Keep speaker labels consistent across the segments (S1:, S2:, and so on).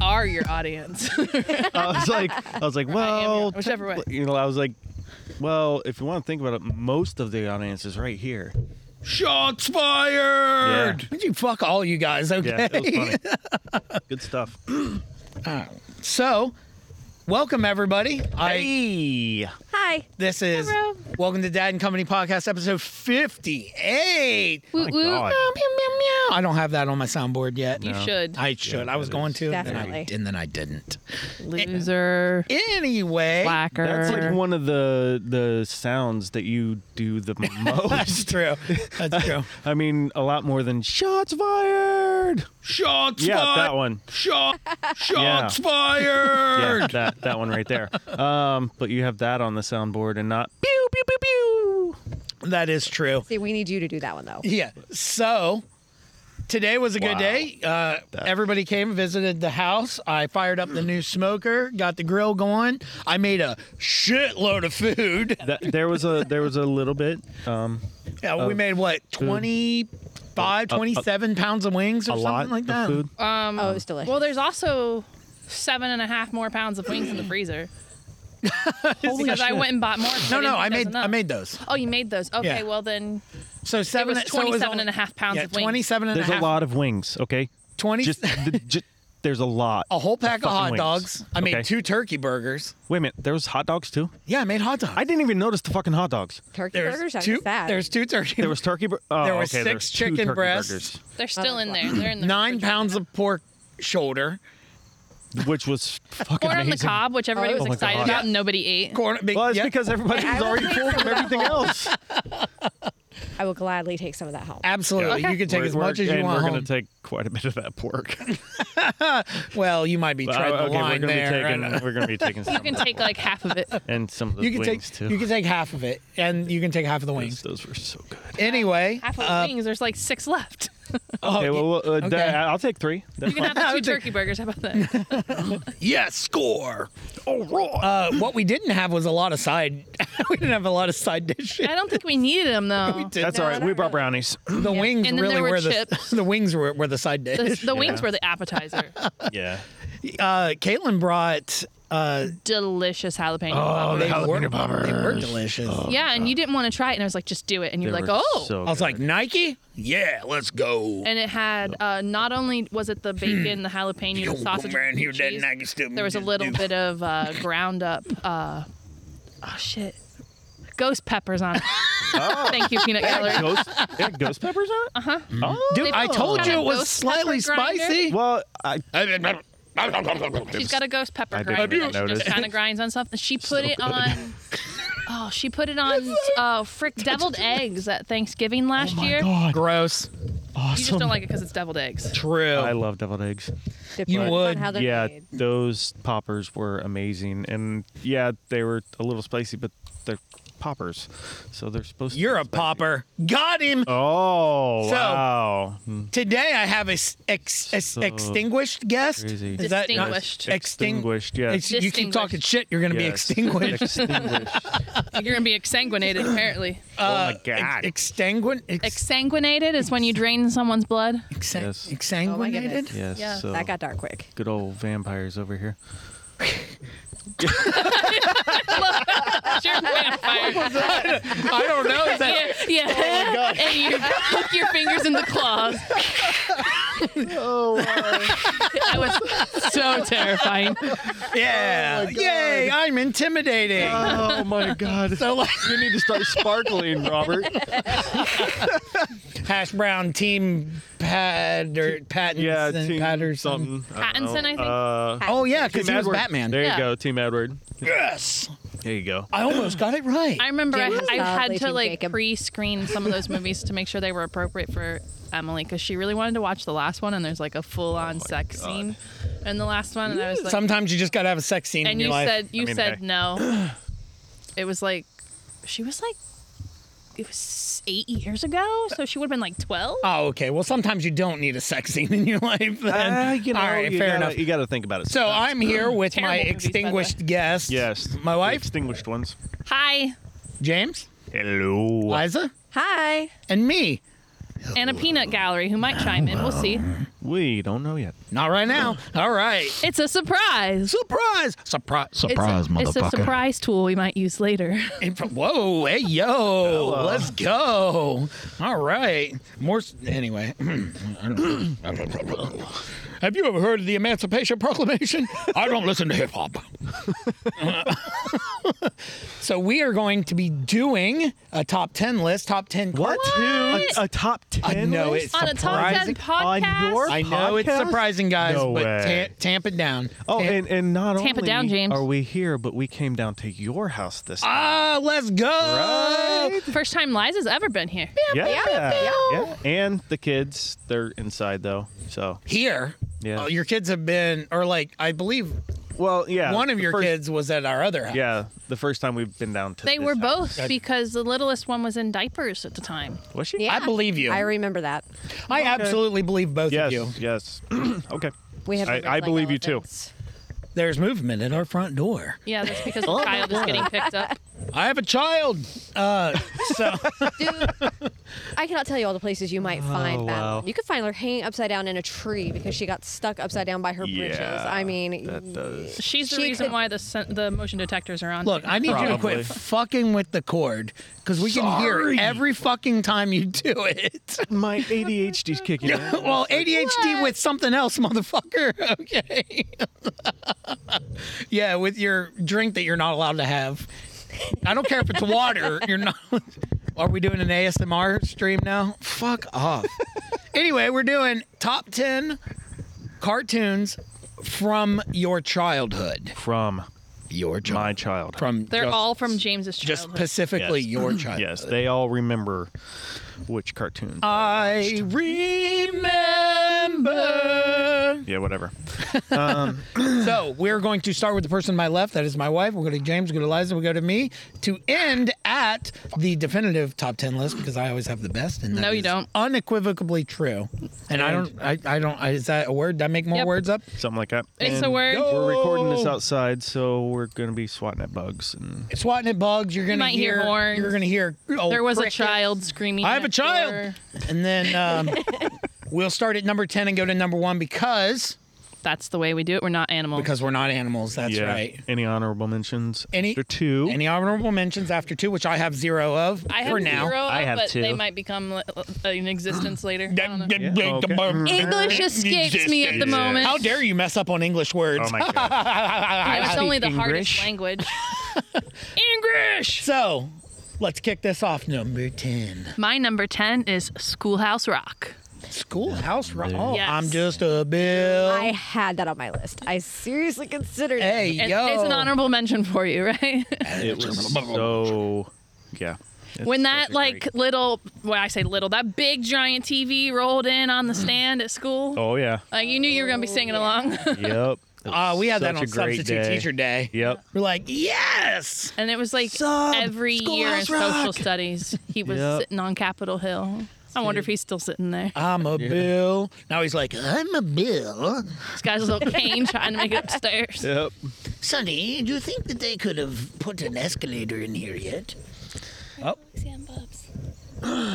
S1: are your audience.
S2: I was like, I was like,
S3: Oh,
S2: well,
S1: whichever way.
S2: technically- you know, I was like, well, if you want to think about it, most of the audience is right here.
S3: Shots fired! Would you fuck all you guys?
S2: Yeah,
S3: Okay.
S2: it was funny. Good stuff.
S3: so, welcome everybody. I
S2: Hey,
S4: Hi.
S3: this is
S4: Hello.
S3: Welcome to Dad and Company Podcast, episode fifty-eight.
S4: Woo
S2: my
S4: woo.
S2: God.
S3: Meow, meow, meow, meow. I don't have that on my soundboard yet.
S1: you
S2: No.
S1: should.
S3: I should.
S2: Yeah,
S3: I was
S2: that
S3: going
S2: is-
S3: to, and then, I,
S4: Definitely.
S3: and then I didn't.
S1: Loser.
S3: Anyway,
S1: Blacker.
S2: that's like one of the the sounds that you do the
S3: that's
S2: most.
S3: true. That's true.
S2: I mean, a lot more than shots fired.
S3: Shots
S2: Yeah, that one.
S3: Shot,
S2: shots
S3: fired.
S2: Yeah, that that one right there. Um, but you have that on the soundboard and not pew pew pew pew.
S3: That is true.
S4: See, we need you to do that one though.
S3: Yeah. So today was a good
S2: Wow.
S3: day. Uh,
S2: That-
S3: everybody came, visited the house. I fired up the new smoker, got the grill going. I made a shitload of food.
S2: That, there was a there was a little bit. Um,
S3: Yeah, we made what, 25, 27 pounds of wings or
S2: a
S3: something
S2: lot
S3: like that?
S2: of food.
S1: Um,
S4: Oh, it's delicious.
S1: well, there's also seven and a half more pounds of wings in the freezer. because I went and bought more. 'cause
S3: No,
S1: didn't think
S3: no, I
S1: that was
S3: made I
S1: enough.
S3: made those.
S1: Oh, you made those. Okay,
S3: Yeah.
S1: well then
S3: So seven
S1: it was
S3: so
S1: 27
S3: only-
S1: and a half pounds
S3: yeah,
S1: of wings.
S3: 27 and
S2: There's
S3: a
S2: a
S3: half.
S2: lot of wings. Okay,
S3: 20
S2: just, th- ju- there's a lot.
S3: a whole pack of
S2: fucking
S3: hot
S2: wings.
S3: dogs. I made
S2: Okay.
S3: two turkey burgers.
S2: Wait a minute, there was hot dogs too.
S3: Yeah, I made hot dogs.
S2: I didn't even notice the fucking hot dogs.
S4: Turkey
S3: there's
S4: burgers.
S3: two,
S4: I'm fat.
S3: there's two turkey
S2: There was turkey. Bur- oh,
S3: There were
S2: okay,
S3: six
S2: there's two
S3: chicken
S2: turkey
S3: breasts.
S2: burgers,
S1: they're still in there. They're in the
S3: nine
S1: refrigerator.
S3: pounds of pork shoulder,
S2: which was fucking
S1: corn on
S2: amazing.
S1: the cob, which everybody
S4: Oh,
S1: was
S4: my
S1: excited
S2: God.
S1: about and nobody ate.
S3: corn. big-
S2: Well, it's
S3: yeah,
S2: because everybody was
S4: I
S2: already
S4: was
S2: full from everything else.
S4: I will gladly take some of that home.
S3: absolutely
S1: Yeah.
S3: you can take
S2: We're-
S3: as much
S2: we're-
S3: as you
S2: and
S3: want.
S2: We're
S3: home.
S2: gonna take quite a bit of that pork.
S3: well, you might be
S2: But,
S3: treading
S2: uh,
S3: the
S2: okay,
S3: line
S2: we're gonna
S3: there.
S2: be
S3: I
S2: taking.
S3: don't know.
S2: We're gonna be taking.
S1: You can take like half of it.
S2: and some of the
S3: You can
S2: wings
S3: take
S2: too.
S3: you can take half of it, and you can take half of the
S2: Those-
S3: wings.
S2: Those were so good.
S3: Anyway,
S1: Half of the
S3: uh,
S1: wings. There's like six left.
S2: Okay, well, uh,
S3: Oh, okay.
S2: that- I'll take three. That's
S1: You can
S2: fine.
S1: have two
S3: would think-
S1: turkey burgers. How about that?
S3: yes, score. Oh, uh, what we didn't have was a lot of side. we didn't have a lot of side dishes.
S1: I don't think we needed them though.
S3: We did.
S2: That's all right. We brought brownies.
S3: The wings
S1: And then
S3: really
S1: there were
S3: the
S1: chips.
S3: the wings were, were the side dish.
S1: The, the wings
S2: Yeah.
S1: were the appetizer.
S2: yeah.
S3: Uh, Caitlin brought. Uh,
S1: Delicious jalapeno. poppers.
S3: Oh, they
S2: jalapeno
S3: were,
S2: poppers. Oh,
S3: They were delicious.
S1: yeah, and you didn't want to try it, and I was like, just do it, and you're
S2: They
S1: like,
S2: were
S1: oh.
S2: so
S3: I was
S2: good.
S3: like Nike. Yeah, let's go.
S1: and it had uh, not only was it the bacon, the jalapeno, the sausage, and the cheese, there was a little bit of uh, ground up. Uh, oh shit, ghost peppers on it. Thank you, peanut gallery.
S2: ghost, they had ghost peppers on it? Uh huh. Oh.
S3: Dude,
S1: They've
S3: I
S1: got
S3: told
S1: a
S3: you it was
S1: ghost
S3: slightly
S1: pepper grinder.
S3: spicy.
S2: Well, I,
S1: She's got a ghost pepper
S2: I didn't
S1: grinder
S2: even
S1: that she
S2: notice.
S1: just kind of grinds on something. She put it on. Oh, she put it on uh, frick deviled eggs at Thanksgiving
S3: Oh
S1: last year.
S2: God,
S3: Gross.
S2: awesome.
S1: You just don't like it because it's deviled eggs.
S3: True.
S2: I love deviled eggs.
S4: Depends on
S3: would,
S4: how they're
S2: yeah,
S4: made.
S2: those poppers were amazing, and yeah, they were a little spicy, but they're poppers, so they're supposed.
S3: You're
S2: to
S3: a
S2: be spicy.
S3: popper. Got him.
S2: Oh
S3: So-
S2: wow! Hmm.
S3: Today I have a s- ex- ex-
S2: Oh. So
S3: extinguished guest.
S2: crazy.
S3: Is that not-
S1: Distinguished.
S3: Exting-
S2: Extinguished. Yes.
S3: ex- you keep
S1: Distinguished.
S3: talking shit, you're gonna be
S2: Yes.
S3: extinguished.
S2: Extinguished.
S1: You're gonna be exsanguinated, apparently.
S2: oh my
S3: Ex-
S2: god!
S3: extinguin- ex-
S1: Exsanguinated is when you drain someone's blood.
S3: exa-
S2: Yes.
S3: Exsanguinated.
S4: goodness.
S2: yes.
S1: Yeah.
S2: so
S4: That got dark quick.
S2: good old vampires over here.
S1: Sure, vampire.
S3: I don't know. Is that Oh
S1: Yeah, yeah. and you hook your fingers in the claws.
S2: Oh,
S1: That was so terrifying.
S3: yeah. Yay! I'm intimidating.
S2: oh my god!
S3: so like
S2: you need to start sparkling, Robert.
S3: hash brown team pad or patents
S2: Yeah,
S3: and
S2: team
S3: Patterson.
S2: something. I don't know.
S1: Pattinson, I think.
S2: Uh,
S3: Oh yeah, because
S2: Team
S3: he was
S2: Edward.
S3: Batman.
S2: There you
S1: Yeah.
S2: go, Team Edward.
S3: Yes.
S2: There you go.
S3: I almost got it right.
S1: I remember I,
S4: James
S1: I
S4: Bond,
S1: had to
S4: Legion
S1: like
S4: Jacob.
S1: pre-screen some of those movies to make sure they were appropriate for Emily because she really wanted to watch the last one and there's like a
S3: Oh
S1: full-on sex scene in the last one and I was like,
S3: Sometimes you just gotta have a sex scene in
S1: and
S3: your
S1: you
S3: life.
S1: said you
S2: mean,
S1: said
S2: hey.
S1: no. It was like she was like it was eight years ago, so she would have been like twelve.
S3: oh, okay. Well, sometimes you don't need a sex scene in your life. Then.
S2: Uh, you know,
S3: All right,
S2: you
S3: fair
S2: gotta-
S3: enough.
S2: You got to think about it.
S3: So I'm here with
S1: Terrible
S3: my
S1: movies, by the way.
S3: extinguished guest.
S2: yes,
S3: My
S2: the
S3: wife,
S2: extinguished ones.
S1: Hi,
S3: James,
S2: Hello.
S3: Liza,
S4: Hi.
S3: and me.
S1: and a peanut gallery who might chime in. We'll see.
S2: We don't know yet.
S3: Not right now. All right.
S1: It's a surprise.
S3: Surprise! Surprise!
S1: It's
S3: Surprise,
S1: a,
S3: motherfucker!
S1: It's a surprise tool we might use later.
S3: In fr- Whoa! Hey, yo! Let's go! All right. More. s- Anyway. I don't- Have you ever heard of the Emancipation Proclamation? I don't listen to hip hop. so we are going to be doing a top ten list. Top ten.
S2: A- A, top
S3: I
S2: ten?
S3: know
S2: list?
S3: Uh,
S1: On
S3: it's
S1: a top ten
S3: surprising.
S1: podcast.
S2: On your-
S3: I know it's
S2: podcast?
S3: surprising, guys,
S2: No
S3: but
S2: way.
S3: ta- tamp it down.
S2: Oh,
S3: Tamp-
S2: and, and not
S1: Tamp it
S2: only
S1: down, James.
S2: are we here, but we came down to your house this time.
S3: ah, let's go!
S2: Right?
S1: First time Liza's ever been here.
S2: Yeah.
S4: yeah.
S2: yeah. And the kids, they're inside though. So,
S3: Here.
S2: Yeah.
S3: Oh, your kids have been, or like, I believe
S2: well, yeah.
S3: one of
S2: the
S3: your
S2: first-
S3: kids was at our other house.
S2: Yeah, the first time we've been down to.
S1: They
S2: this
S1: were
S2: house.
S1: both because the littlest one was in diapers at the time.
S2: Was she?
S4: Yeah.
S3: I believe you.
S4: I
S3: I,
S4: remember that.
S3: absolutely believe both
S2: Yes.
S3: of you.
S2: Yes. okay.
S4: We have.
S2: I-
S4: memories
S2: I
S4: like
S2: believe you too.
S4: elephants.
S3: There's movement at our front door.
S1: Yeah, that's because the child is getting picked up.
S3: I have a child. Uh, so
S4: I cannot tell you all the places you might find
S2: wow.
S4: Madeline. You could find her hanging upside down in a tree because she got stuck upside down by her britches.
S2: Yeah,
S4: I mean,
S2: That does.
S1: She's the
S4: She
S1: reason
S4: could-
S1: why the sen- the motion detectors are on.
S3: look, I need you to
S2: Probably.
S3: quit fucking with the cord because we can hear
S2: Sorry.
S3: every fucking time you do it.
S2: My ADHD's kicking in.
S3: well, ADHD with something else, motherfucker. Okay. yeah, with your drink that you're not allowed to have. I don't care if it's water. You're not. Are we doing an ASMR stream now? Fuck off. anyway, we're doing top 10 cartoons from your childhood.
S2: From
S3: Your
S2: my
S3: childhood.
S2: child.
S3: From
S1: They're
S3: just-
S1: all from James's
S3: just
S1: childhood.
S3: specifically
S2: Yes.
S3: your childhood.
S2: Yes, they all remember which cartoon.
S3: Oh. I remember.
S2: yeah, whatever.
S3: So we're going to start with the person to my left. That is my wife. We'll go to James, we'll go to Liza, we'll go to me to end at the definitive top 10 list because I always have the best. And that
S1: No, you
S3: is
S1: don't.
S3: Unequivocally true. And I don't, I, I don't, I, is that a word? Did I make more
S1: Yep.
S3: words up?
S2: Something like that.
S1: It's
S2: And
S1: a word.
S2: We're recording this
S3: Yo!
S2: outside, so we're gonna be swatting at bugs and
S3: Swatting at bugs. You're going to
S1: might hear
S3: hear,
S1: horns.
S3: You're going to hear, oh,
S1: there was
S3: crickets.
S1: a child screaming.
S3: I have a
S1: at
S3: child.
S1: her.
S3: And then um, we'll start at number 10 and go to number one because,
S1: That's the way we do it. We're not animals.
S3: because we're not animals. That's
S2: yeah.
S3: right.
S2: Any honorable mentions?
S3: Any-
S2: after two.
S3: Any honorable mentions after two, which I have zero of
S1: I have
S3: for now.
S1: zero,
S2: I have
S1: but they
S2: two.
S1: might become li- in existence later. Um, I don't know.
S2: Yeah, okay.
S1: English escapes me at the
S2: Yeah.
S1: moment.
S3: How dare you mess up on English words?
S2: Oh my god.
S1: You know, it's only the
S2: speak
S1: hardest
S2: English.
S1: language.
S3: English! So, let's kick this off. Number 10.
S1: My number ten is Schoolhouse Rock.
S3: Schoolhouse Rock. Oh,
S1: Yes.
S3: I'm just a bill.
S4: I had that on my list. I seriously considered
S3: hey,
S4: it.
S1: It's,
S3: yo.
S1: it's an honorable mention for you, right?
S2: it was so. Yeah. It's
S1: when
S2: such
S1: that
S2: a
S1: like
S2: great-
S1: little, well, I say little, that big giant TV rolled in on the stand at school,
S2: Oh yeah.
S1: like you knew you were gonna be singing along,
S2: Yep.
S3: Uh, we had that
S2: Such
S3: on
S2: a great
S3: Substitute
S2: day.
S3: Teacher Day.
S2: Yep.
S3: We're like, yes!
S1: and it was like
S3: Sub,
S1: every year in
S3: Schoolhouse
S1: social
S3: Rock.
S1: studies he was
S2: Yep.
S1: sitting on Capitol Hill. I wonder if he's still sitting there.
S3: I'm a bill. Now he's like, "Uh, I'm a bill.
S1: This guy's a little cane trying to make it upstairs.
S2: Yep.
S3: Sonny, do you think that they could have put an escalator in here yet? Oh.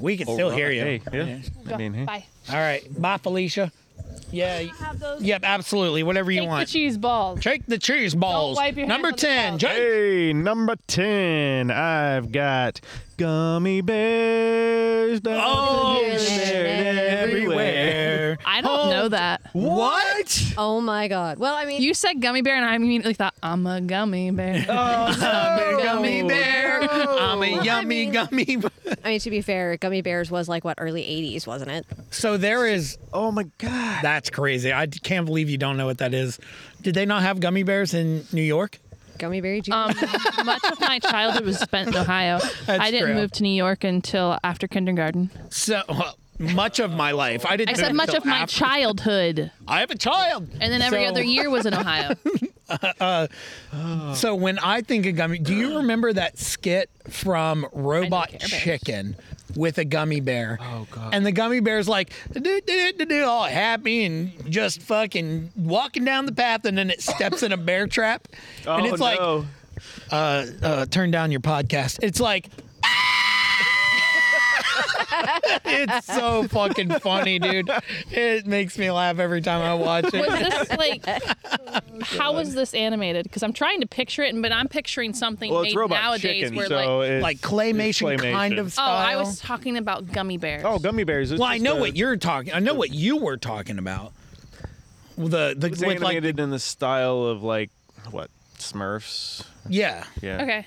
S3: we can still hear you.
S2: Hey, yeah. I mean, hey.
S1: Bye.
S3: All right. Bye, Felicia. Yeah.
S1: Have those.
S3: Yep, absolutely. Whatever you
S1: Take the
S3: want.
S1: cheese balls.
S3: Shake the cheese balls.
S1: wipe your hands
S3: Number
S1: on the
S3: 10.
S1: towel.
S3: Jake.
S2: Hey, number 10, I've got gummy bears. down
S3: Oh,
S2: here and there and
S1: I don't know that.
S3: What?
S4: Oh my god. Well, I mean,
S1: You said gummy bear, and I immediately thought I'm a gummy bear.
S3: I'm a
S1: gummy
S3: Oh, bear. I'm a yummy gummy.
S4: I mean to be fair, Gummy Bears was like what early '80s, wasn't it?
S3: So there is.
S2: Oh my God.
S3: That's crazy. I can't believe you don't know what that is. Did they not have gummy bears in New York?
S4: Gummy Bear Jr.
S1: Um, much of my childhood was spent in Ohio. I didn't
S3: true.
S1: move to New York until after kindergarten.
S3: So well, much of my life, I
S1: I
S3: didn't.
S1: said
S3: move
S1: much
S3: till
S1: of my
S3: after-
S1: childhood,
S3: I have a child.
S1: and then every
S3: So-
S1: other year was in Ohio.
S3: So when I think of gummy, do you remember that skit from Robot
S1: Care Bears.
S3: Chicken with a gummy bear? Oh god! And the gummy bear's like, do, do, do, do, do, all happy and just fucking walking down the path, and then it steps in a bear trap,
S2: Oh,
S3: and it's like,
S2: no.
S3: uh, uh, turn down your podcast. It's like. "Ah!" It's so fucking funny, dude. It makes me laugh every time I watch
S1: Was
S3: it.
S1: this like how was this animated? Because I'm trying to picture it, and but I'm picturing something
S2: Well, it's
S1: made
S2: robot
S1: nowadays
S2: chicken,
S1: where
S2: so
S1: like
S2: it's,
S3: Like
S2: it's
S3: claymation, kind of
S1: oh,
S3: style.
S1: I was talking about gummy bears.
S2: Oh, gummy bears. It's
S3: Well, I
S2: just
S3: know
S2: a-
S3: what you're talking. I know what you were talking about. Well, The the
S2: It's
S3: with like
S2: animated in the style of like what Smurfs.
S3: yeah.
S2: Yeah.
S1: Okay.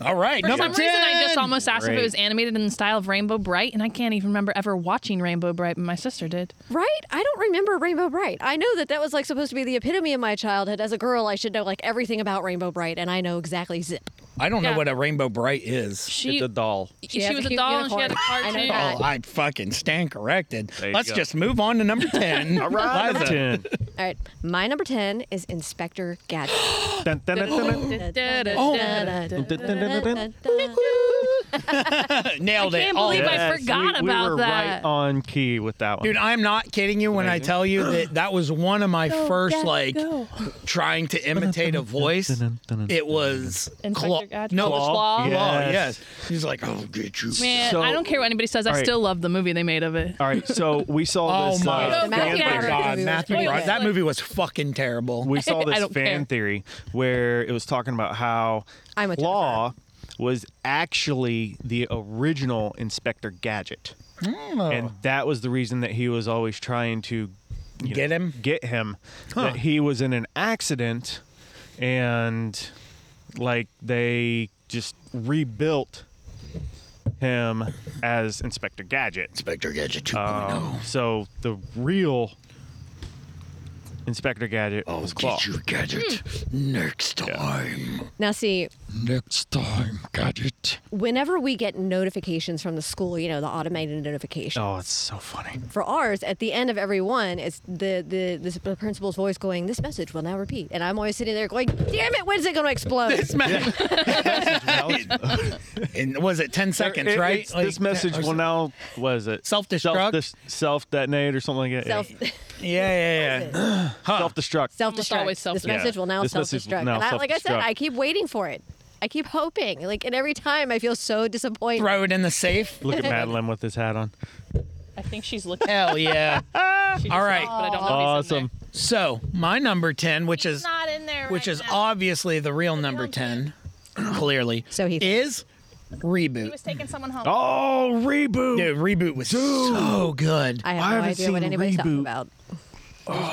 S3: All right,
S1: For
S3: number
S1: some
S3: 10.
S1: reason, I just almost asked if
S2: Great.
S1: it was animated in the style of Rainbow Bright, and I can't even remember ever watching Rainbow Bright, but my sister did.
S4: Right? I don't remember Rainbow Bright. I know that that was like supposed to be the epitome of my childhood. As a girl, I should know like everything about Rainbow Bright, and I know exactly zip.
S3: I don't know
S1: Yeah.
S3: what a rainbow bright is.
S1: She
S2: It's a doll.
S1: she,
S4: has
S1: was
S4: a
S1: a
S4: cute
S1: doll and she had a
S4: unicorn. I know
S1: cartoon.
S4: that.
S3: Oh, I fucking stand corrected.
S2: There you
S3: Let's
S2: go.
S3: just move on to number 10.
S2: All right, number
S3: Liza.
S2: ten.
S4: All right, my number ten is Inspector Gadget.
S2: Dun, dun, dun, dun, dun.
S1: Oh.
S3: Nailed
S1: I
S3: it.
S1: can't
S3: All
S1: believe
S3: of
S1: I
S3: it.
S2: Yes,
S1: forgot
S2: we,
S1: about
S2: we were
S1: that.
S2: Right on key with that one.
S3: Dude, I'm not kidding you when I
S2: Amazing.
S3: tell you that that was one of my first
S1: Gadget,
S3: like
S1: go.
S3: trying to imitate a voice. It was
S1: Inspector
S3: Claw.
S1: Gadget?
S3: No, it was
S1: Claw?
S3: Claw.
S2: Yes.
S3: Yes. He's like, oh, I'll get you.
S1: Man,
S2: So-
S1: I don't care what anybody says. I
S2: All right.
S1: still love the movie they made of it.
S2: All right, so we saw
S3: Oh
S2: this.
S3: my
S2: uh,
S4: The Matthew
S2: fan
S1: Broderick
S2: theory.
S3: god,
S4: movie was
S3: Matthew
S1: really
S3: Broderick.
S1: good.
S3: That movie was fucking terrible.
S2: we saw
S1: I
S2: this
S1: don't
S2: fan
S1: care.
S2: theory where it was talking about how
S4: I'm a
S2: Claw was actually the original Inspector Gadget,
S3: Oh.
S2: and that was the reason that he was always trying to you know,
S3: Get him?
S2: Get him.
S3: Huh.
S2: That he was in an accident, and like they just rebuilt him as Inspector Gadget.
S3: Inspector Gadget oh. 2.0.
S2: Um, so the real Inspector Gadget was Claw.
S3: Oh, Gadget.
S1: Hmm.
S3: Next time.
S4: Now, see,
S3: Next time, Gadget.
S4: whenever we get notifications from the school, you know, the automated notification.
S2: Oh, it's so funny.
S4: for ours at the end of every one it's the, the the the principal's voice going this message will now repeat and i'm always sitting there going damn it when's it going to explode
S3: This message. and was it 10 seconds,
S2: It-
S3: right?
S2: it's-
S3: Like,
S2: this message
S3: or
S2: will now was it
S3: Self-destruct?
S2: self detonate or something like that.
S4: self
S3: so- Yeah, yeah, yeah.
S2: self destruct.
S4: self-destruct
S1: always
S4: this
S1: self-destruct.
S4: message will now
S2: This message will
S4: self-destruct
S2: now
S4: and I, like i said
S2: self-destruct.
S4: i keep waiting for it i keep hoping like and every time i feel so disappointed
S3: Throw it in the safe.
S2: Look at Madeline with his hat on.
S1: I think she's looking.
S3: Hell yeah.
S1: She
S3: All
S1: just
S3: right.
S1: saw it, but I don't know if he's in
S2: Awesome.
S1: there.
S3: So, my number 10, which is
S1: Not in there.
S3: which
S1: right
S3: is
S1: now.
S3: obviously the real number 10, clearly,
S4: So he-
S3: is
S1: He
S3: Reboot.
S1: was taking someone home.
S2: Oh, reboot.
S3: Dude, Reboot was so good.
S4: i have
S2: I
S4: no
S2: haven't
S4: idea what
S2: seen
S4: anybody's talking
S2: Reboot.
S4: about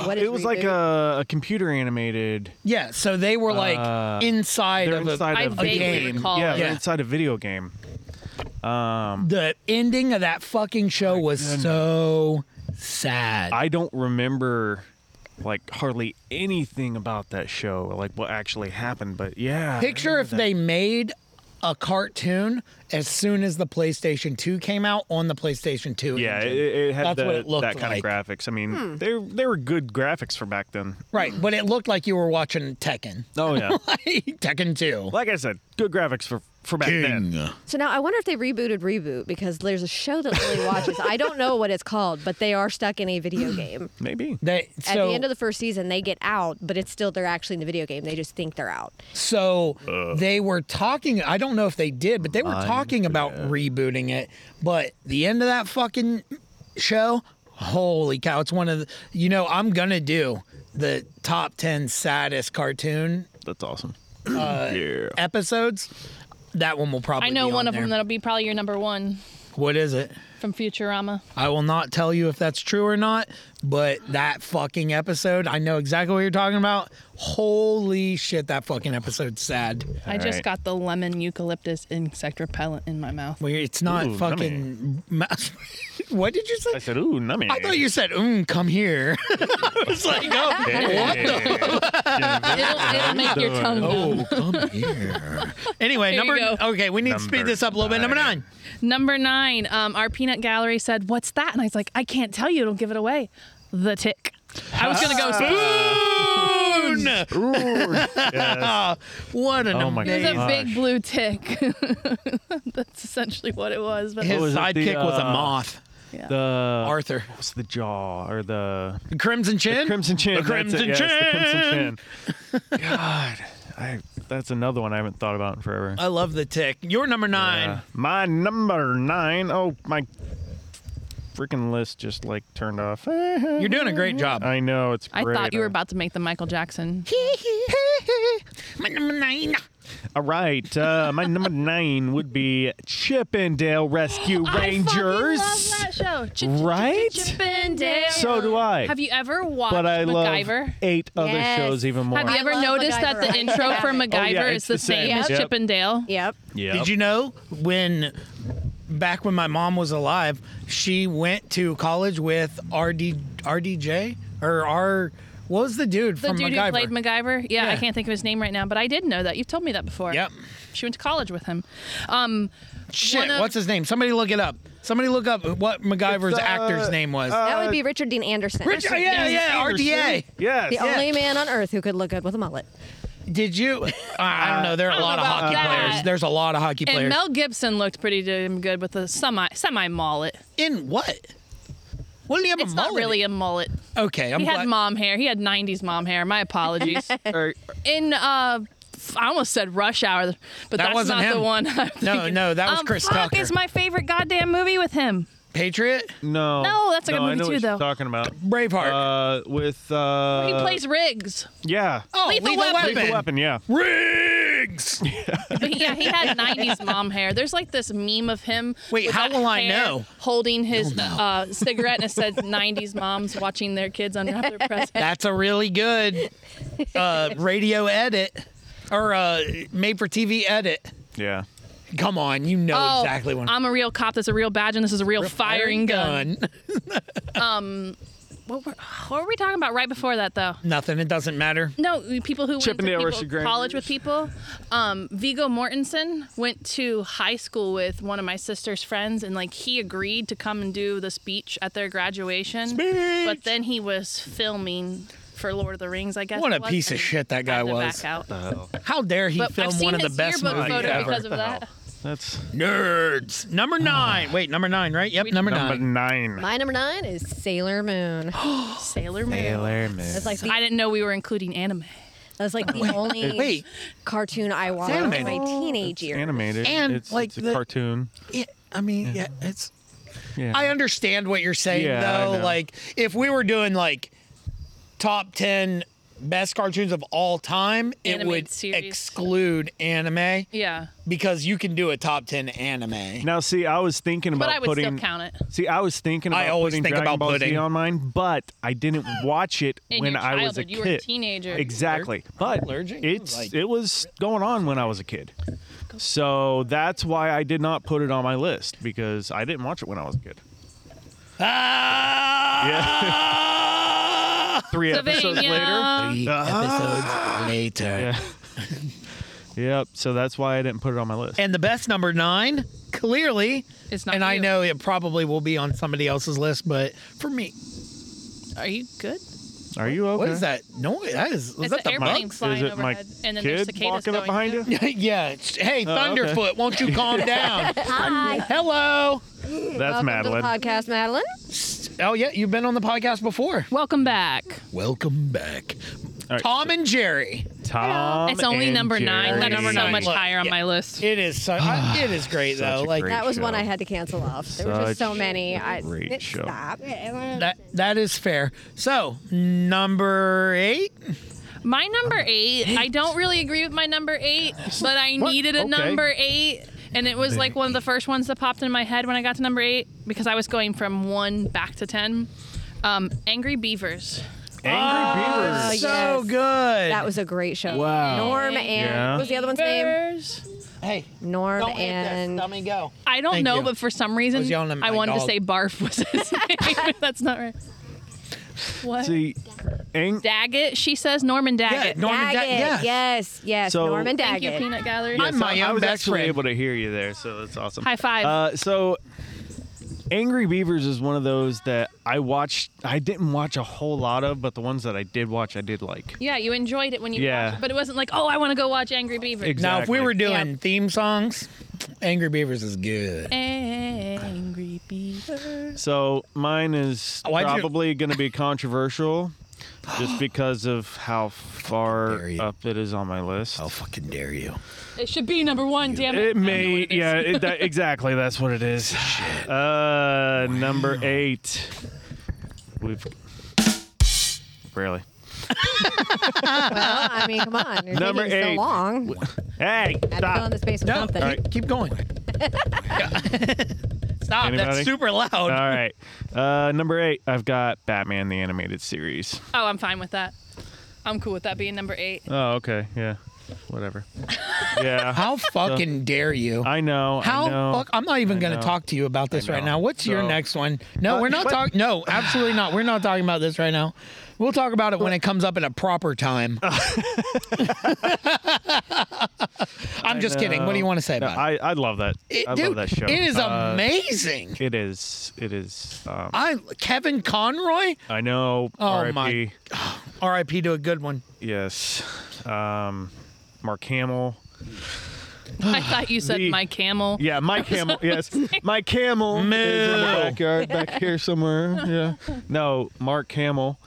S4: what is
S2: it was like
S4: Reboot?
S2: a, a computer animated.
S3: Yeah, so they were like
S2: Uh,
S3: inside
S2: They're
S3: of
S2: inside
S1: I
S2: of
S1: vaguely
S3: game.
S1: recall
S2: yeah,
S1: it.
S2: they're
S3: Yeah.
S2: inside a video game.
S3: a. The ending of that fucking show was so sad.
S2: I don't remember like hardly anything about that show, like what actually happened. But yeah, I
S3: Picture if
S2: remember
S3: they made a cartoon as soon as the PlayStation 2 came out on the PlayStation 2.
S2: that. yeah,
S3: engine.
S2: it, it had
S3: That's
S2: the-
S3: what it looked
S2: that kind
S3: like. Hmm.
S2: of graphics. I mean, they they were good graphics for back then.
S3: Right, but it looked like you were watching Tekken.
S2: Oh yeah,
S3: Tekken 2.
S2: like I said, good graphics for for back then.
S4: so now i wonder if they rebooted reboot because there's a show that lily watches i don't know what it's called but they are stuck in a video game
S2: Maybe.
S3: They,
S4: at
S3: so,
S4: the end of the first season they get out but it's still they're actually in the video game they just think they're out
S3: so they were talking. I don't know if they did, but they were talking about rebooting it. But the end of that fucking show, holy cow! It's one of the. You know, I'm gonna do the top ten saddest cartoon
S2: That's awesome. yeah.
S3: episodes. That one will probably.
S1: I know
S3: be
S1: one
S3: on
S1: of them
S3: there.
S1: that'll be probably your number one
S3: What is it?
S1: from Futurama.
S3: I will not tell you if that's true or not, but that fucking episode, I know exactly what you're talking about. Holy shit, that fucking episode's sad.
S1: I just
S2: right.
S1: got the lemon eucalyptus insect repellent in my mouth.
S3: Well, it's not
S2: Ooh,
S3: fucking. ma- what did you say?
S2: I said, ooh, nummy.
S3: I thought you said, mm, come here. I was like, oh,
S1: It'll, it'll make your tongue numb.
S3: oh, come here. Anyway,
S1: Here you
S3: number.
S1: go.
S3: Okay, we need to speed
S2: Number
S3: this up a little bit. Number
S2: nine.
S3: nine.
S1: Number nine, um, our peanut gallery said, "What's that?" And I was like, "I can't tell you. It'll give it away." The tick. I was gonna go.
S3: Boone! What an
S2: Ah! Oh my
S1: It was
S3: amazing.
S1: a
S2: God.
S1: big blue tick. That's essentially what it was. But
S3: His
S2: was it, the,
S3: sidekick was a
S2: uh,
S3: moth.
S2: the
S3: Arthur.
S2: What's the jaw or the
S3: The Crimson Chin?
S2: crimson chin?
S3: The
S2: that's it,
S3: Crimson
S2: yes,
S3: Chin.
S2: the crimson chin. God, I that's another one I haven't thought about in forever.
S3: I love the tick. You're number nine.
S2: Uh, my number nine. Oh, my freaking list just like turned off.
S3: You're doing a great job.
S2: I know it's.
S1: I
S2: great.
S1: thought you were
S2: Uh,
S1: about to make the Michael Jackson.
S3: My number nine.
S2: All right, uh, my number nine would be Chippendale Rescue Rangers.
S1: I fucking love that show.
S2: Right?
S1: Chippendale.
S2: So do I.
S1: Have you ever watched
S2: but I love
S1: MacGyver?
S2: eight other
S4: Yes.
S2: shows even more.
S1: Have you
S4: I
S1: ever
S4: love
S1: noticed that
S4: MacGyver.
S1: the intro
S3: Oh,
S1: for MacGyver
S2: it's
S1: is the,
S2: the same.
S1: same as
S2: Yep.
S1: Chip and Dale?
S4: Yep.
S2: Yep.
S3: Did you know when back when my mom was alive, she went to college with RD RDJ or R what was the dude
S1: The
S3: from
S1: dude
S3: MacGyver?
S1: who played MacGyver. Yeah, I
S3: Yeah.
S1: can't think of his name right now, but I did know that. You've told me that before.
S3: Yep.
S1: She went to college with him. Um,
S3: Shit,
S1: one of-
S3: what's his name? Somebody look it up. Somebody look up what MacGyver's
S2: It's, uh,
S3: actor's name was.
S2: uh,
S4: That would be Richard Dean Anderson.
S3: Rich-
S4: the
S3: yeah, yeah,
S2: Anderson.
S3: RDA.
S2: Yes.
S3: Yeah.
S4: only man on earth who could look good with a mullet.
S3: Did you? I don't know. There are a
S1: don't
S3: lot
S1: know
S3: of
S1: about
S3: hockey
S1: that.
S3: players. There's a lot of hockey
S1: and
S3: players.
S1: Mel Gibson looked pretty damn good with a semi semi mullet.
S3: in what? What did he have
S1: It's
S3: a
S1: not
S3: mullet?
S1: really a mullet.
S3: Okay, I'm
S1: He
S3: glad.
S1: had mom hair. He had '90s mom hair. My apologies.
S2: Or-
S1: In uh, f- I almost said Rush Hour, but that's
S3: wasn't
S1: not the
S3: him.
S1: one. I'm
S3: No,
S1: thinking.
S3: no, that was
S1: um,
S3: Chris
S1: fuck,
S3: Tucker.
S1: It's my favorite goddamn movie with him.
S3: Patriot?
S2: no.
S1: No, that's a good
S2: no, I
S1: movie
S2: know
S1: too,
S2: what
S1: though.
S2: You're talking about
S3: Braveheart.
S2: uh, with uh,
S1: he plays Riggs.
S2: yeah.
S3: oh,
S1: Lethal Weapon.
S2: Lethal weapon. Yeah.
S3: Riggs!
S1: But yeah, he had '90s mom hair. There's like this meme of him.
S3: Wait,
S1: with
S3: how
S1: that
S3: will I
S1: hair
S3: know?
S1: Holding his
S3: know.
S1: uh, cigarette and it says '90s moms watching their kids unwrap their presents.
S3: That's a really good uh, radio edit or uh, made for TV edit.
S2: Yeah.
S3: Come on, you know
S1: Oh,
S3: exactly what
S1: I'm a real cop. That's a real badge, and this is a real, firing gun. What were, what were we talking about right before that, though?
S3: Nothing, it doesn't matter.
S1: No, people who went to
S2: Chippendale
S1: people-
S2: Rescue Rangers.
S1: college with people. Um, Vigo Mortensen went to high school with one of my sister's friends, and like he agreed to come and do the speech at their graduation. But then he was filming for Lord of the Rings, I guess.
S3: What
S1: it
S3: a
S1: was,
S3: piece of
S1: and
S3: shit that
S1: had
S3: guy
S1: to
S3: was.
S1: Back out.
S3: How dare he
S1: But
S3: film
S1: I've seen
S3: one of the
S1: his
S3: best
S1: yearbook
S3: movies
S1: photo
S3: ever?
S1: because of that.
S2: That's
S3: Nerds. Number nine. Wait, number nine, right? Yep, number
S2: number
S3: nine.
S2: nine.
S4: My number nine is Sailor Moon.
S1: Sailor Moon.
S2: Sailor Moon.
S4: That's like the,
S1: I didn't know we were including anime.
S4: that's like the only
S3: Wait,
S4: cartoon I watched in my
S3: animated.
S4: teenage
S2: It's
S4: years.
S2: animated.
S3: And,
S2: it's,
S3: like,
S2: it's a
S3: the-
S2: cartoon.
S3: yeah, I mean, yeah, it's
S2: Yeah.
S3: I understand what you're saying
S2: Yeah, I
S3: though.
S2: know.
S3: Like if we were doing like top 10 best cartoons of all time, it
S1: Animated
S3: would
S1: series.
S3: exclude anime
S1: Yeah,
S3: because you can do a top 10 anime.
S2: Now, see, I was thinking about
S1: but I would still
S2: putting.
S1: count it.
S2: See, I was thinking about
S3: I always
S2: putting
S3: think
S2: Dragon
S3: about
S2: Ball Z
S3: pudding.
S2: on mine, but I didn't watch it
S1: In
S2: when
S1: your
S2: I was a
S1: childhood,
S2: kid.
S1: you were a teenager.
S2: Exactly, but
S3: allergic?
S2: it's
S3: Like-
S2: it was going on when I was a kid, so that's why I did not put it on my list because I didn't watch it when I was a kid.
S1: Ah!
S3: Ah!
S2: Three episodes later.
S1: Savannah.
S3: Three episodes later.
S2: Ah. Yeah. yep. So that's why I didn't put it on my list.
S3: And the best number nine, clearly,
S1: It's not
S3: and I
S1: you.
S3: know it probably will be on somebody else's list, but for me,
S1: Are you good?
S2: Are you okay?
S3: what is that noise? That is, was
S1: It's an
S3: that the
S1: airplane
S3: bugs?
S1: flying
S2: Is it my
S1: overhead, and then there's
S2: kid
S1: cicadas
S2: walking
S1: going
S2: up behind
S1: through.
S2: you?
S3: yeah. it's- Hey,
S2: Oh, okay.
S3: Thunderfoot, won't you calm down?
S4: Hi.
S3: Hello.
S2: That's
S4: Welcome
S2: Madeline.
S4: to the podcast, Madeline.
S3: Oh yeah, you've been on the podcast before.
S1: Welcome back.
S3: Welcome back,
S2: All right,
S3: Tom and Jerry.
S2: Tom
S1: it's only
S2: and
S1: number nine.
S2: Jerry.
S1: That's
S3: number
S1: so
S3: nine.
S1: much
S3: Look,
S1: higher on
S3: yeah.
S1: my list.
S3: It is so. I, it is great
S2: Ah, Such
S3: though.
S2: a
S3: Like
S2: great-
S4: That was one
S2: show.
S4: I had to cancel off. There were just so
S2: Such
S4: many. I
S2: great
S4: it-
S2: show.
S4: Stop.
S3: that. That is fair. So number eight.
S1: My number eight, I don't really agree with my number eight, but I
S2: What?
S1: needed a
S2: Okay.
S1: number eight. And it was like one of the first ones that popped in my head when I got to number eight because I was going from one back to ten. Um, Angry Beavers.
S2: Angry Beavers.
S4: Oh,
S3: so
S4: yes.
S3: good.
S4: That was a great show.
S2: Wow.
S4: Norm and
S2: Yeah.
S4: what was the other one's name?
S1: Beavers.
S3: hey,
S4: Norm
S3: don't hit
S4: and
S3: this. Let me go.
S1: I don't
S3: Thank
S1: know,
S3: you.
S1: but for some
S3: I
S1: reason
S3: was yelling at
S1: I,
S3: my
S1: wanted to
S3: dog.
S1: say Barf was his name. That's not right. What?
S2: See, ang-
S1: Daggett, she says Norman Daggett.
S3: Norm and
S4: Daggett.
S3: Daggett, yes.
S4: Yes, yes.
S2: So-
S4: Norman
S1: Thank you,
S4: Daggett.
S1: Peanut Gallery.
S2: Yeah,
S3: I'm
S2: so
S3: my
S2: I
S3: own
S2: was
S3: best
S2: actually
S3: friend.
S2: able to hear you there, so that's awesome.
S1: High five.
S2: Uh, so, Angry Beavers is one of those that I watched. I didn't watch a whole lot of, but the ones that I did watch, I did like.
S1: Yeah, you enjoyed it when you
S2: Yeah.
S1: watched it, but it wasn't like, oh, I want to go watch Angry Beavers.
S2: Ex-
S3: Now, if
S2: Exactly.
S3: we were doing
S4: Yeah.
S3: theme songs, Angry Beavers is good.
S1: Angry Beavers.
S2: So mine is
S3: Why'd you- Oh,
S2: probably going to be controversial, just because of how far
S3: dare you.
S2: up it is on my list.
S3: How fucking dare you?
S1: It should be number one. Damn it.
S2: It may, yeah, it, that, exactly. That's what it is. Uh, number eight. We've barely.
S4: Well, I mean, come on. You're
S2: Number
S4: taking
S2: eight.
S4: so long.
S2: Hey,
S4: I had to fill in
S2: stop.
S4: the space with
S3: No,
S4: something.
S2: All right.
S3: keep going. Stop.
S2: Anybody?
S3: Ah, That's super loud.
S2: All right. Uh, number eight. I've got Batman the animated series.
S1: Oh, I'm fine with that. I'm cool with that being number eight.
S2: Oh, okay. Yeah. Whatever. Yeah.
S3: How fucking dare you?
S2: I know.
S3: How
S2: I know.
S3: fuck? I'm not even
S2: I
S3: going to
S2: know.
S3: talk to you about this
S2: I
S3: right
S2: know.
S3: now. What's your
S2: So- uh,
S3: next one? No,
S2: But-
S3: we're not
S2: but-
S3: talking. No, absolutely not. We're not talking about this right now. We'll talk about it when it comes up at a proper time. I'm just kidding. What do you want to say
S2: No,
S3: about
S2: I, I love that.
S3: it? It-
S2: I
S3: dude,
S2: love that show.
S3: It is
S2: Uh,
S3: amazing.
S2: It is. It is. Um,
S3: I Kevin Conroy,
S2: I know.
S3: Oh, my-
S2: RIP.
S3: R.I.P. to a good one.
S2: Yes. Um, Mark Hamill.
S1: I thought you said
S2: The-
S1: my camel.
S2: Yeah, Mike Hamill. Yes, Mike Hamill is in the backyard back here somewhere. Yeah. No, Mark Hamill.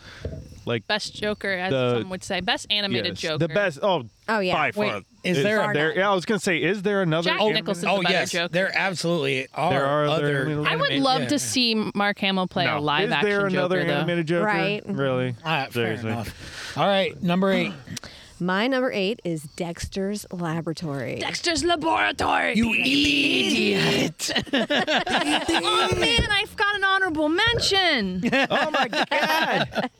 S2: Like
S1: Best Joker, as
S2: The-
S1: some would say. Best animated
S2: yes,
S1: Joker.
S2: the best. Oh.
S4: Oh, yeah.
S2: By
S3: Wait,
S2: far.
S3: is there-
S2: Yeah, I was gonna say, is there another?
S1: Jack
S2: animated-
S1: Nicholson's
S3: Oh
S1: the better
S3: yes,
S1: Joker.
S3: there absolutely are,
S2: There are other
S3: other.
S2: little-
S1: I would
S3: animated-
S1: love
S3: yeah.
S1: to see Mark Hamill play
S2: No.
S1: a live
S2: is
S1: action
S2: there another
S1: Joker, though.
S2: animated Joker?
S4: Right.
S2: Really?
S3: All right, Ah, fair
S2: Seriously.
S3: enough. All right, number eight.
S4: My number eight is Dexter's Laboratory.
S1: Dexter's Laboratory.
S3: You idiot!
S1: oh man, I've got an honorable mention.
S2: Oh my god!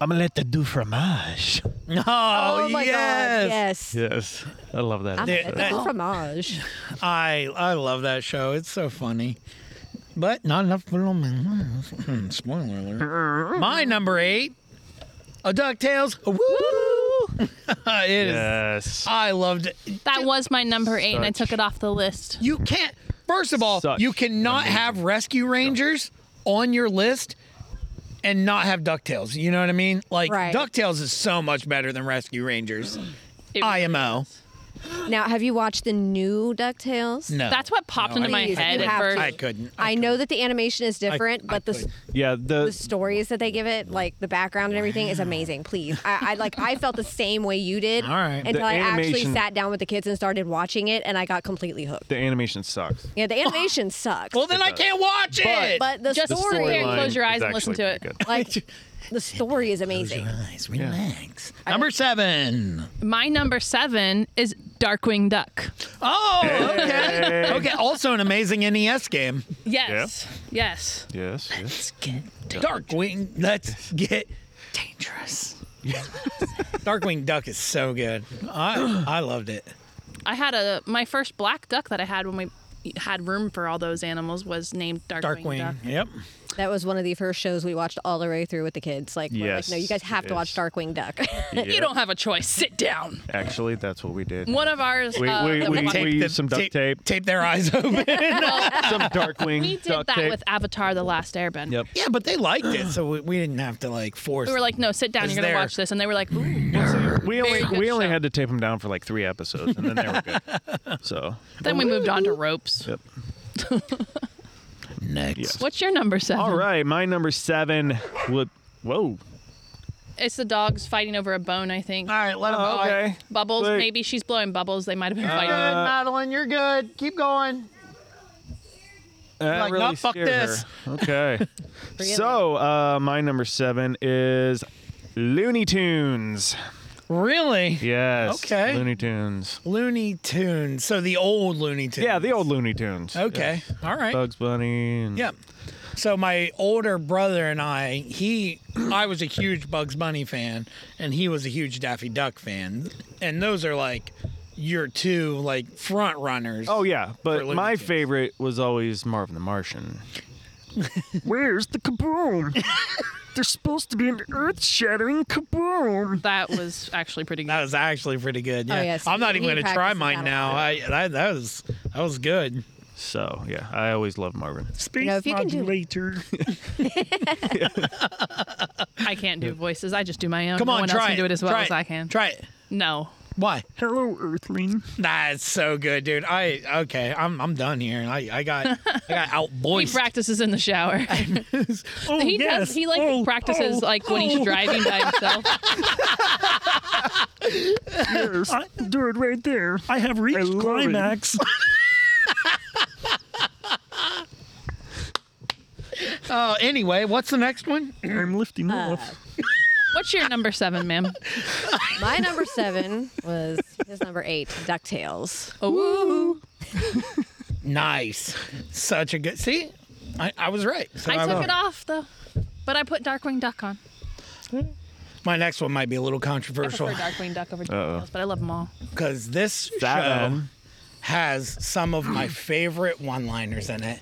S2: I'm gonna let the do fromage.
S3: No,
S4: oh my
S3: yes.
S4: god, yes.
S2: Yes, I love that.
S4: I'm
S3: There-
S4: at the
S3: that-
S4: fromage.
S3: I I love that show. It's so funny. But not enough to put it on my list. Hmm, Spoiler alert. My number eight, a DuckTales. Woo! it is-
S2: yes.
S3: I loved it.
S1: That was my number eight, and I
S2: Such-
S1: took it off the list.
S3: You can't. First of all,
S2: Such
S3: you cannot have Rescue Rangers on your list and not have Ducktales. You know what I mean? Like
S4: Right.
S3: Ducktales is so much better than Rescue Rangers.
S1: It-
S3: IMO.
S4: Now, have you watched the new DuckTales?
S3: No.
S1: That's what popped
S3: No,
S1: into
S3: I-
S1: my
S4: Please,
S1: head
S4: you
S1: at
S4: have
S1: first.
S4: to.
S3: I couldn't.
S4: I know that the animation is different,
S3: I
S4: but the, s-
S3: could.
S2: Yeah. The
S4: the stories that they give it, like the background and everything, is amazing. Please, I, I like. I felt the same way you did.
S3: All right.
S4: Until
S2: The
S4: I actually
S2: animation-
S4: sat down with the kids and started watching it, and I got completely hooked.
S2: the animation sucks.
S4: Yeah, the animation sucks.
S3: Well, then I can't watch it.
S4: but the
S1: Just
S2: The
S4: story,
S1: sit there and
S2: storyline
S1: close your eyes
S2: is
S1: and listen
S2: actually
S1: to it.
S2: pretty good.
S4: like, the story is amazing.
S3: Nice, relax. Number seven.
S1: My number seven is Darkwing Duck.
S3: Oh, okay. okay. Also, an amazing NES game.
S1: Yes. Yes.
S2: Yes. yes.
S3: Darkwing. Let's get dangerous. Darkwing Duck is so good. I I loved it.
S1: I had a my first black duck that I had when we had room for all those animals was named Darkwing,
S3: Darkwing.
S1: Duck.
S3: Yep.
S4: That was one of the first shows we watched all the way through with the kids. Like, we're
S2: Yes,
S4: like no, you guys have
S2: it
S4: to watch
S2: is.
S4: Darkwing Duck.
S1: You
S2: Yeah.
S1: don't have a choice. Sit down.
S2: Actually, that's what we did.
S1: One of ours.
S2: We-
S1: uh,
S2: we-
S1: the
S2: we-
S1: one-
S2: we- used some duct tape.
S3: Tape their eyes open.
S2: Some Darkwing.
S1: we did
S2: duct
S1: that
S2: tape.
S1: with Avatar: The Last Airbender.
S2: Yep.
S3: yeah, but they liked it, so we, we didn't have to like force.
S1: We were like, no, sit down.
S3: It's
S1: You're gonna
S3: there.
S1: watch this, and they were like, ooh,
S2: We only
S1: good
S2: we only
S1: show.
S2: had to tape them down for like three episodes, and then they were good. So
S1: Then we moved on to ropes.
S2: Yep.
S3: next.
S1: What's your number seven?
S2: all right, my number seven would. Whoa.
S1: It's the dogs fighting over a bone, I think.
S3: All right, let them go.
S2: Ah, Oh, Okay.
S1: bubbles,
S2: wait. Ah.
S1: maybe she's blowing bubbles. They might have been
S3: You're
S1: fighting.
S3: good, Madeline. You're good. Keep going.
S2: That
S3: Like,
S2: really
S3: "Nah, fuck
S2: scared
S3: this."
S2: her. Okay. so uh, my number seven is Looney Tunes.
S3: Really?
S2: Yes.
S3: Okay.
S2: Looney Tunes.
S3: Looney Tunes. So the old Looney Tunes.
S2: Yeah, the old Looney Tunes.
S3: Okay. All right.
S2: Yeah. Bugs Bunny. And
S3: Yeah. So my older brother and I, he, I was a huge Bugs Bunny fan, and he was a huge Daffy Duck fan, and those are like your two like front runners.
S2: Oh yeah,
S3: For
S2: but
S3: Looney
S2: my
S3: Tunes.
S2: favorite was always Marvin the Martian. Where's the kaboom? There's supposed to be an earth-shattering kaboom.
S1: That was actually pretty good.
S3: that was actually pretty good. Yeah.
S4: Oh, yes.
S3: I'm not
S4: He-
S3: even
S4: he
S3: gonna try
S4: practices
S3: mine
S4: that a
S3: now. I that, that was that was good.
S2: So yeah, I always loved Marvin.
S3: Space
S4: You know, if you can do-
S3: modulator.
S1: I can't do voices. I just do my own.
S3: Come
S1: no
S3: on,
S1: one
S3: try
S1: else can
S3: it.
S1: do it as well
S3: Try
S1: as I can.
S3: Try it.
S1: No.
S3: Why?
S2: Hello, Earthling.
S3: That's so good, dude. I okay. I'm I'm done here. I I got I got
S1: He
S3: outvoiced.
S1: practices in the shower.
S3: Oh,
S1: he does. He like
S2: Oh,
S1: practices
S2: oh,
S1: like when he's driving by himself.
S2: Yes. Do it right there.
S5: I have
S2: I
S5: reached
S2: love it.
S5: climax.
S3: Uh, anyway, what's the next one?
S2: I'm lifting off.
S1: What's your number seven, ma'am?
S4: My number seven was his number eight, DuckTales.
S1: Oh,
S3: Nice. Such a good. See, I, I was right. So
S1: I took
S3: won.
S1: it off though, but I put Darkwing Duck on.
S3: My next one might be a little
S1: I
S3: controversial
S1: prefer Darkwing Duck over DuckTales, but I love them all.
S3: because this show
S2: Seven.
S3: has some of my favorite one-liners in it.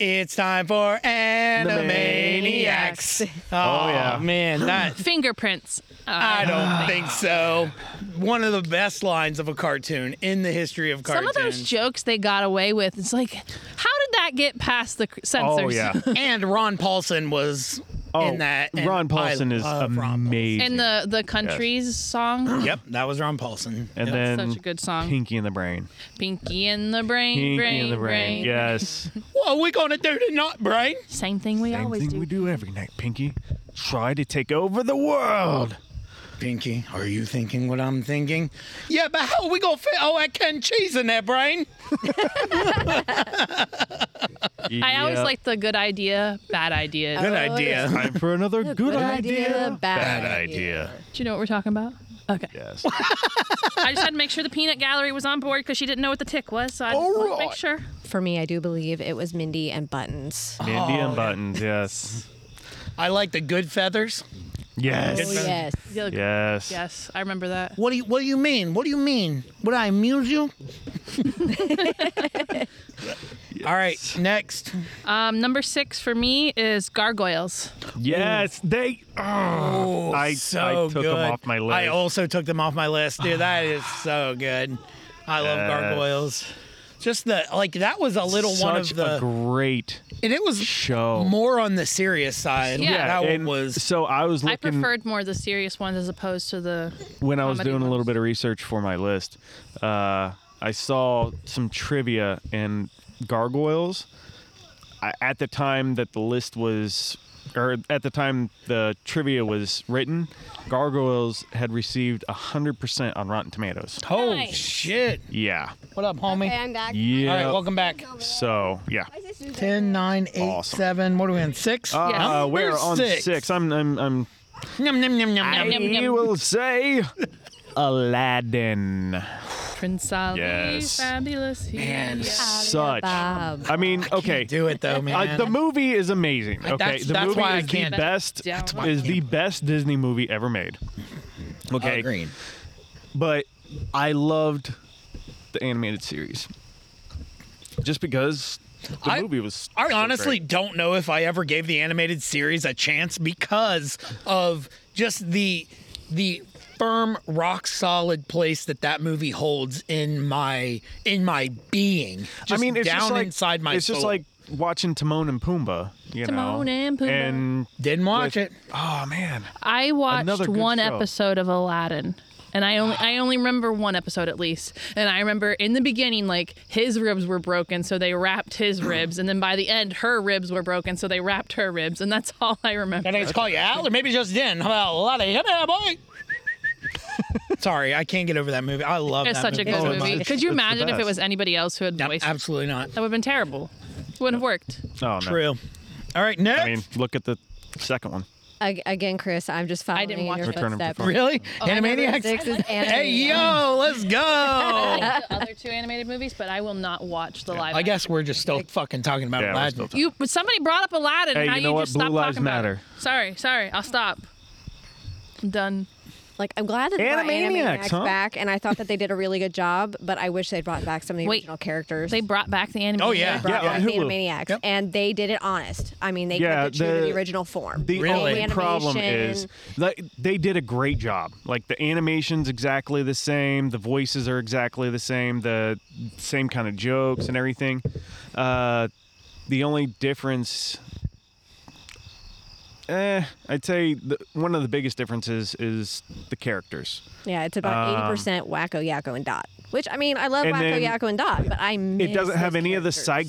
S3: It's time for Animaniacs. Oh,
S2: yeah.
S3: man, that
S1: Fingerprints. Uh,
S3: I don't think so. One of the best lines of a cartoon in the history of
S1: Some
S3: cartoons.
S1: of those jokes they got away with. It's like, how did that get past the c- censors?
S2: Oh yeah.
S3: and Ron Paulson was
S2: Oh,
S3: in that. and
S2: Ron Paulson
S3: I
S2: is
S3: love Ron Paulson.
S2: amazing.
S1: And the the country's song,
S3: Yep, that was Ron Paulson.
S2: And
S3: Yep.
S2: then
S1: Such a good song.
S2: Pinky in the Brain.
S1: Pinky in the brain,
S2: Pinky
S1: brain,
S2: in the Brain.
S1: brain.
S2: Yes.
S3: what are we gonna do tonight, Brain?
S1: Same thing we
S2: Same
S1: always
S2: thing
S1: do.
S2: we do every night, Pinky. Try to take over the world.
S3: Pinky, are you thinking what I'm thinking? Yeah, but how are we gonna fit all that canned cheese in there, Brain?
S1: I always
S2: Yep.
S1: like the good idea, bad idea.
S3: Good
S4: Oh,
S3: idea.
S2: Time for another good,
S4: good
S2: idea.
S4: idea, bad idea.
S1: Do you know what we're talking about? Okay.
S2: Yes.
S1: I just had to make sure the peanut gallery was on board because she didn't know what the tick was, so I just wanted to make sure.
S4: For me, I do believe it was Mindy and Buttons.
S2: Indian
S1: Oh,
S2: buttons. Yes.
S3: I like the good feathers.
S2: Yes.
S4: Oh, yes.
S1: Yeah,
S2: Yes.
S1: Yes, I remember that.
S3: What do you What do you mean? What do you mean? Would I amuse you? All right, next.
S1: Um, number six for me is gargoyles.
S2: Yes. They. Oh, I, I
S3: so
S2: took
S3: good.
S2: them off my list.
S3: I also took them off my list, dude. That is so good. I love
S2: Yes.
S3: gargoyles. Just the like that was a little one of
S2: Such
S3: the
S2: a great
S3: and it was
S2: show.
S3: more on the serious side.
S1: Yeah.
S3: that one
S2: and
S3: was
S2: So I was
S1: I
S2: looking
S1: preferred more the serious ones as opposed to the.
S2: when I was
S1: comedy
S2: doing a
S1: ones.
S2: little bit of research for my list. Uh, I saw some trivia and gargoyles. I, at the time that the list was, or at the time the trivia was written, gargoyles had received hundred percent on Rotten Tomatoes.
S3: oh
S1: Nice.
S3: shit.
S2: Yeah.
S3: What up, homie?
S6: I'm back.
S2: Yeah.
S3: All right, welcome back.
S2: So yeah.
S3: Ten, nine, eight, seven.
S2: Awesome.
S3: What are we on? Six.
S2: Uh,
S1: Yeah.
S2: we're on
S3: Six.
S2: six. I'm. I'm. I'm
S3: Nom, nom, nom, nom, nom.
S1: Yum, yum.
S2: you will say Aladdin.
S1: Prince Ali,
S2: Yes.
S1: fabulous.
S3: Man,
S1: Yes.
S2: Such.
S4: Bob.
S2: I mean, okay.
S3: Do it though, man.
S2: Uh, the movie is amazing. Okay,
S3: that's-
S2: the
S3: that's
S2: movie
S3: why I
S2: is the
S3: can't-
S2: best.
S1: Yeah. That's why I
S2: Is the
S3: can't.
S2: best Disney movie ever made. Okay,
S3: Agreed.
S2: but I loved the animated series just because the
S3: I-
S2: movie was.
S3: I
S2: so
S3: honestly
S2: great.
S3: don't know if I ever gave the animated series a chance because of just the the firm rock solid place that that movie holds in my in my being just
S2: I mean, it's
S3: down
S2: just like,
S3: inside my
S2: It's just
S3: soul.
S2: like watching Timon and Pumbaa. You know,
S1: Timon and Pumbaa.
S2: And
S3: didn't watch
S2: with-
S3: it
S2: oh man,
S1: I
S2: Another
S1: watched
S2: good
S1: one
S2: show.
S1: episode of Aladdin. And I only I only remember one episode at least. And I remember in the beginning, like his ribs were broken, so they wrapped his ribs, and then by the end, her ribs were broken, so they wrapped her ribs, and that's all I remember.
S3: Did I just call you out, or maybe just didn't? How about a lot of him, yeah, boy? Sorry, I can't get over that movie. I love
S1: It's
S3: that
S1: such a
S3: movie
S1: good
S3: so
S1: movie.
S3: much.
S1: Could you
S2: Oh, it's the
S1: imagine if it
S2: best.
S1: was anybody else who had voiced that
S3: Absolutely not.
S1: would have been terrible. Wouldn't have worked.
S2: oh no.
S3: True. All right, next.
S2: I mean, look at the second one.
S4: Ag- again, Chris, I'm just following
S1: didn't
S4: in
S1: watch
S4: your
S1: it.
S2: Return of the
S4: footsteps.
S2: Fo-
S3: really?
S1: Oh,
S4: My number
S3: Animaniacs?
S4: Six is
S3: Hey,
S4: Animaniacs.
S3: yo, let's go.
S1: the other two animated movies, but I will not watch the live.
S3: I guess we're just still fucking talking about
S2: Yeah, we're
S3: Aladdin.
S2: still talking-
S1: You, but somebody brought up Aladdin.
S2: Hey,
S1: and how
S2: you know what?
S1: Just
S2: Blue
S1: stopped
S2: lives
S1: talking about it.
S2: matter.
S1: Sorry, sorry. I'll stop. I'm done.
S4: Like I'm glad that they brought
S2: Animaniacs,
S4: Animaniacs
S2: huh?
S4: back, and I thought that they did a really good job. But I wish they'd brought back some of the
S1: Wait,
S4: original characters.
S1: They brought back the animated.
S3: Oh, yeah.
S4: brought
S2: Yeah,
S4: back
S2: on
S4: the
S2: Hulu.
S4: Animaniacs,
S3: Yep.
S4: and they did it honest. I mean, they
S2: Yeah,
S4: kept it true to
S2: the-
S4: the original form.
S2: The
S3: Really?
S2: only
S4: Animation.
S2: problem is like they did a great job. Like the animation's exactly the same, the voices are exactly the same, the same kind of jokes and everything. Uh, the only difference eh, I'd say the, one of the biggest differences is the characters.
S4: Yeah, it's about eighty percent Wacko Yakko and Dot. Which I mean, I love
S2: Um, And
S4: Wacko
S2: then-
S4: Yakko and Dot, but I miss
S2: It doesn't have
S4: those
S2: any of the side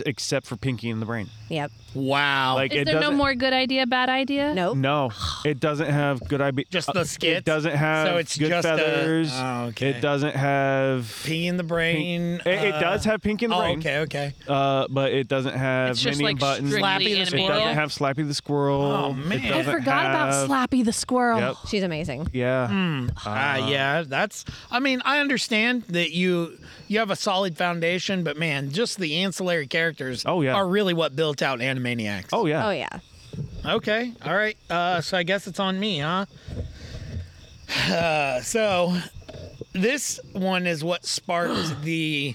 S2: characters except for Pinky and the Brain.
S4: Yep.
S3: Wow.
S2: Like
S1: Is
S2: it
S1: there no
S2: doesn't-
S1: more good idea, bad idea?
S4: Nope.
S2: No, it doesn't have good IB.
S3: Oh. Just the skits?
S2: It doesn't have
S3: So it's
S2: good
S3: just a-
S2: feathers.
S3: Oh, okay.
S2: It doesn't have.
S3: pee in the brain.
S2: It, it
S3: uh,
S2: does have Pinky and the
S3: Oh,
S2: Brain.
S3: okay, okay.
S2: Uh, but it doesn't have
S1: It's just
S2: many
S1: like
S2: buttons.
S1: strictly
S3: Slappy the
S1: animated.
S2: It doesn't have Slappy the Squirrel.
S3: Oh,
S2: It
S3: man. I
S1: I
S2: doesn't
S1: forgot
S2: have-
S1: about Slappy the squirrel.
S2: Yep.
S4: She's amazing.
S2: Yeah. Uh-huh.
S3: Ah, yeah, that's. I mean, I understand that you you have a solid foundation, but man, just the ancillary characters.
S2: Oh, yeah.
S3: are really what built out Animaniacs.
S2: Oh yeah.
S4: Oh yeah.
S3: okay, all right. Uh, so I guess it's on me, huh? Uh, so this one is what sparked the.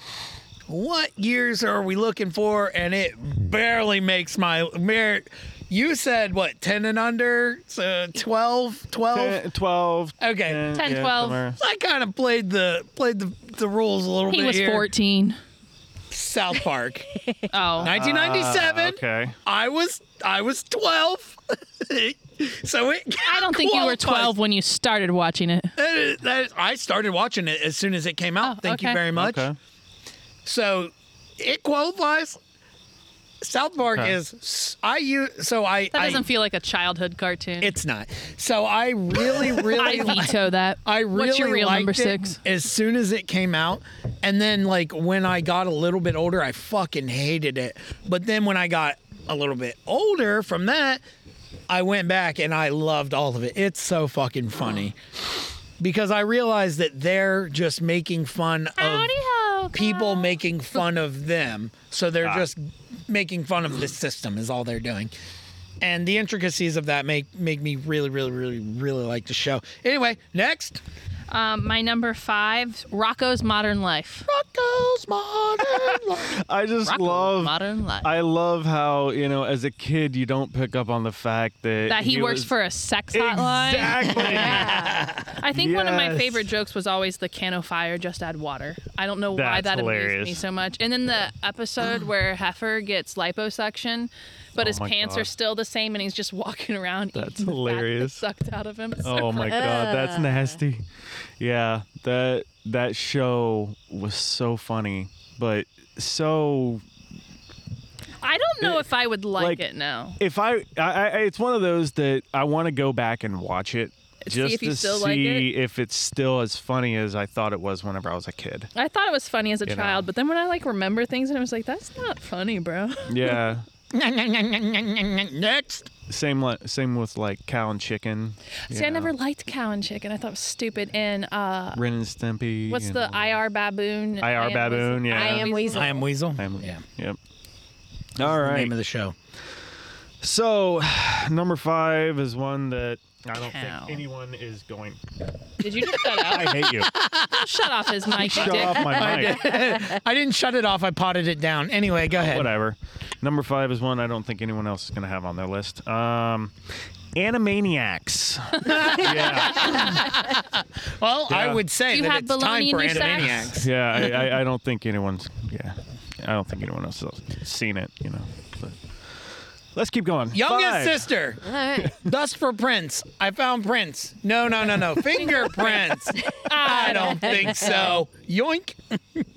S3: What years are we looking for? And it barely makes my. Mer- you said what, 10 and under? So 12, 12?
S1: Oh.
S2: Ten- 12.
S3: Okay.
S1: 10, 12.
S2: somewhere.
S3: I kind of played the played the, the rules a little
S1: He
S3: bit
S1: was
S3: here.
S1: 14.
S3: South Park,
S1: Oh.
S3: 1997.
S2: Ah, Okay.
S3: I was I was 12. so it
S1: I don't think you were
S3: qualifies.
S1: 12 when you started watching it.
S3: That is- that is- I started watching it as soon as it came out.
S1: Oh,
S3: Thank you
S1: okay.
S3: very much.
S2: Okay.
S3: So it qualifies. South Park
S2: Okay.
S3: is s- I use so I
S1: That
S3: I-
S1: doesn't feel like a childhood cartoon.
S3: it's not. So I really really
S1: I veto that.
S3: I really
S1: What's your real
S3: liked
S1: number
S3: it
S1: six?
S3: as soon as it came out, and then like when I got a little bit older, I fucking hated it. But then when I got a little bit older from that, I went back and I loved all of it. It's so fucking funny because I realized that they're just making fun of
S1: ho,
S3: people making fun of them. So they're just making fun of the system is all they're doing. And the intricacies of that make make me really, really, really, really like the show. Anyway, next.
S1: Um, my number five, Rocco's Modern Life.
S3: Rocco's Modern Life.
S2: I just
S1: Rocco's
S2: love.
S1: Modern Life.
S2: I love how you know as a kid you don't pick up on the fact that
S1: that he, works
S2: was-
S1: for a sex hotline.
S2: Exactly.
S1: I think one of my
S2: Yes.
S1: favorite jokes was always the can of fire, just add water. I don't know why
S2: That's
S1: that amused
S2: hilarious.
S1: me so much. And then the episode where Heifer gets liposuction, but his
S2: Oh my
S1: pants
S2: God.
S1: are still the same, and he's just walking around.
S2: That's
S1: eating the fat
S2: hilarious.
S1: that's sucked out of him. It's so
S2: Oh my
S1: great.
S2: god, that's nasty. Yeah, that that show was so funny, but so
S1: I don't know if I would like,
S2: like,
S1: it now.
S2: if I, I, I it's one of those that I want to go back and watch it just
S1: if you
S2: to
S1: still
S2: see
S1: like
S2: if it's still as funny as I thought it was whenever I was a kid.
S1: I thought it was funny as a
S2: You know.
S1: child, but then when I like remember things, and I was like, that's not funny, bro.
S2: Yeah.
S3: next.
S2: same li- same with like cow and chicken. you
S1: See, I
S2: know,
S1: never liked Cow and Chicken. I thought it was stupid. And uh,
S2: Ren and Stimpy.
S1: what's
S2: you
S1: the
S2: know.
S1: IR baboon?
S2: IR
S1: I Am
S2: baboon,
S1: Weasel-
S2: yeah. I
S4: Am Weasel.
S3: I am Weasel.
S2: I'm-
S3: yeah.
S2: Yep. All right.
S3: Name of the show.
S2: So, number five is one that I don't
S1: Cow.
S2: think anyone is going.
S1: Did you just shut up?
S2: I hate you.
S1: shut off his mic, you
S2: Shut
S1: dick.
S2: off my mic.
S3: I didn't shut it off. I potted it down. Anyway, go ahead.
S2: Whatever. Number five is one I don't think anyone else is going to have on their list. Um, Animaniacs. yeah,
S3: Well, I
S2: Yeah.
S3: would say
S1: Do you
S3: that
S1: have
S3: it's time
S1: bologna in
S3: for
S1: your sack?
S3: Animaniacs.
S2: yeah. I, I, I don't think anyone's. Yeah, I don't think anyone else has seen it. You know. But let's keep going.
S3: Youngest
S2: Five.
S3: sister.
S4: All right.
S3: Dust for prints. I found prints. No, no, no, no. Fingerprints. I don't think so. Yoink.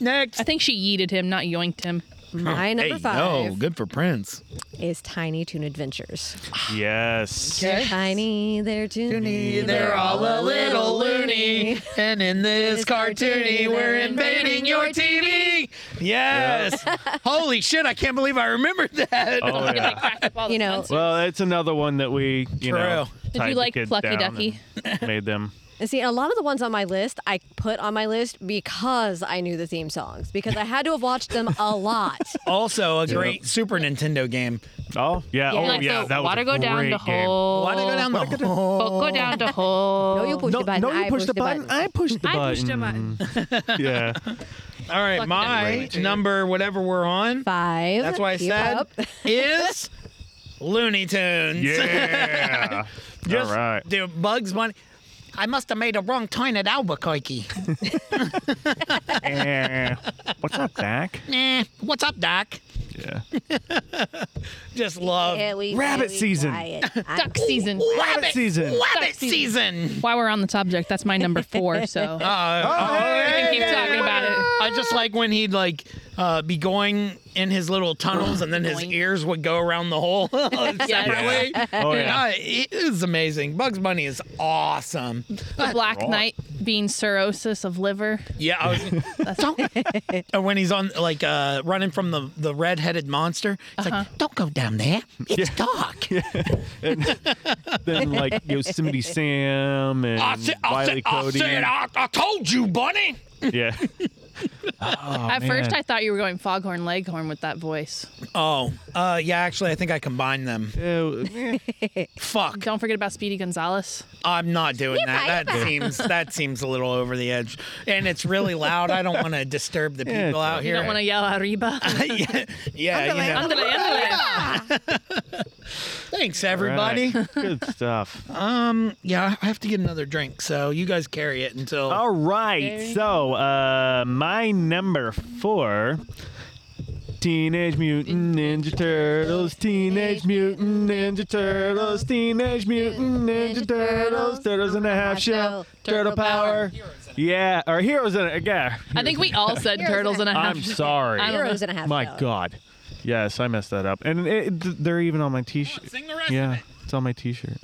S3: Next.
S1: I think she yeeted him, not yoinked him.
S4: My number five
S3: good for prints.
S4: is Tiny Toon Adventures.
S2: Yes.
S3: Okay.
S4: Tiny, they're toony,
S3: They're all a little loony, and in this cartoony, we're invading your TV. Yes. Holy shit! I can't believe I remembered that.
S2: Oh yeah.
S1: Cracked up all the
S4: You know,
S1: fences.
S2: Well, it's another one that we, you know,
S3: True.
S1: Did you
S2: tied the
S1: like
S2: kids
S1: Plucky
S2: down
S1: Ducky?
S2: and Made them.
S4: And see, a lot of the ones on my list I put on my list because I knew the theme songs because I had to have watched them a lot.
S3: Also, a great Super Nintendo game.
S2: Oh yeah.
S4: Yeah.
S2: Oh
S4: Like
S2: yeah. that was
S1: water
S2: a
S1: go down
S2: great
S1: the
S2: game.
S1: hole.
S3: Why did I go down the hole?
S1: Go down the hole.
S4: No, you
S2: Oh,
S4: push the button. I pushed
S2: I pushed the
S1: I pushed him
S2: yeah.
S3: All right,
S1: Plucky
S3: my
S1: Ducky.
S3: number, whatever we're on.
S4: Five.
S3: That's why I
S4: keep
S3: said
S4: up.
S3: is Looney Tunes.
S2: Yeah.
S3: Just
S2: All right.
S3: The Bugs Bunny. I must have made a wrong turn at Albuquerque.
S2: Eh. What's up, Zach?
S3: Eh, what's up, Doc?
S2: Yeah.
S3: Just love
S4: Yeah, we-
S2: Rabbit
S4: we
S2: season.
S4: quiet. I'm-
S1: Duck season.
S2: Rabbit season.
S3: rabbit
S1: season.
S3: season.
S1: While we're on the subject, that's my number four.
S2: Oh,
S1: So
S3: Uh, uh,
S1: we can keep talking about it.
S3: I just like when he'd like uh, be going in his little tunnels, and then his
S1: Going.
S3: ears would go around the hole separately.
S2: Oh, yeah.
S3: Uh, it is amazing. Bugs Bunny is awesome.
S1: The Black
S2: Right.
S1: Knight being cirrhosis of liver.
S3: Yeah, I was, don't. And when he's on like uh, running from the the red headed monster, it's like, don't go down there. It's dark.
S2: Then like Yosemite Sam and
S3: I said, I
S2: Wiley
S3: said, I,
S2: Cody.
S3: said I, I told you, Bunny.
S2: yeah.
S1: At first,
S2: Oh, man.
S1: I thought you were going Foghorn Leghorn with that voice.
S3: Oh, uh, yeah. Actually, I think I combined them.
S2: Yeah,
S3: Fuck,
S1: Don't forget about Speedy Gonzalez.
S3: I'm not doing that.
S4: right,
S3: That seems that seems a little over the edge, and it's really loud. I don't want to disturb the
S2: Yeah,
S3: people
S2: it's
S3: out
S1: You
S3: here.
S1: don't want to yell arriba.
S3: yeah, yeah you know.
S1: Andale, andale.
S3: Thanks,
S2: right.
S3: everybody.
S2: Good stuff.
S3: Yeah, I have to get another drink, so you guys carry it until.
S2: All right. So, uh, my number four Teenage Mutant Ninja Turtles, Teenage Mutant Ninja Turtles, Teenage Mutant Ninja Turtles, Turtles in a Half Shell, Turtle Power. Yeah, or Heroes in a Yeah.
S1: I think we all said
S4: Heroes
S1: turtles and a half.
S2: I'm sorry.
S1: I don't
S4: Heroes and a half.
S2: My
S4: shell.
S2: God. Yes, I messed that up. And it, th- they're even on my t shirt.
S3: Sing the rest
S2: Yeah,
S3: of it.
S2: it's on my t shirt.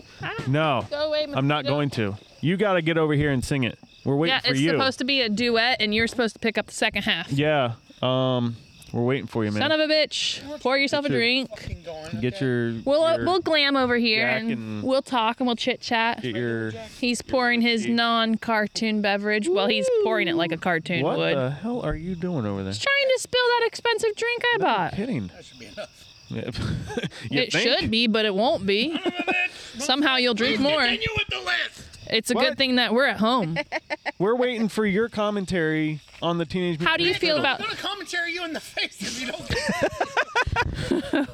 S2: No.
S1: Go away,
S2: I'm not
S1: mosquito.
S2: going to. You got to get over here and sing it. We're waiting
S1: Yeah,
S2: for
S1: it's
S2: you.
S1: supposed to be a duet, and you're supposed to pick up the second half.
S2: yeah. Um, we're waiting for you, man.
S1: Son of a bitch. Pour yourself a
S2: Sure.
S1: drink.
S3: Fucking going,
S2: get
S3: okay?
S2: your.
S1: We'll uh,
S2: your,
S1: we'll glam over here
S2: Jack
S1: and,
S2: and-
S1: we'll talk and we'll chit chat.
S2: get your.
S1: He's pouring his non-cartoon beverage. Well, he's pouring it like a cartoon
S2: What
S1: would.
S2: the hell are you doing over there?
S1: Trying to spill that expensive drink I bought.
S2: Kidding.
S3: That should be enough.
S2: Yeah. You
S1: It
S2: think?
S1: should be, but it won't be. Somehow you'll drink more.
S3: Continue with the list.
S1: It's a
S2: What?
S1: good thing that we're at home.
S2: We're waiting for your commentary on the teenage.
S1: How
S2: Mutant
S1: do you feel about
S3: I'm gonna commentary you in the face if you don't.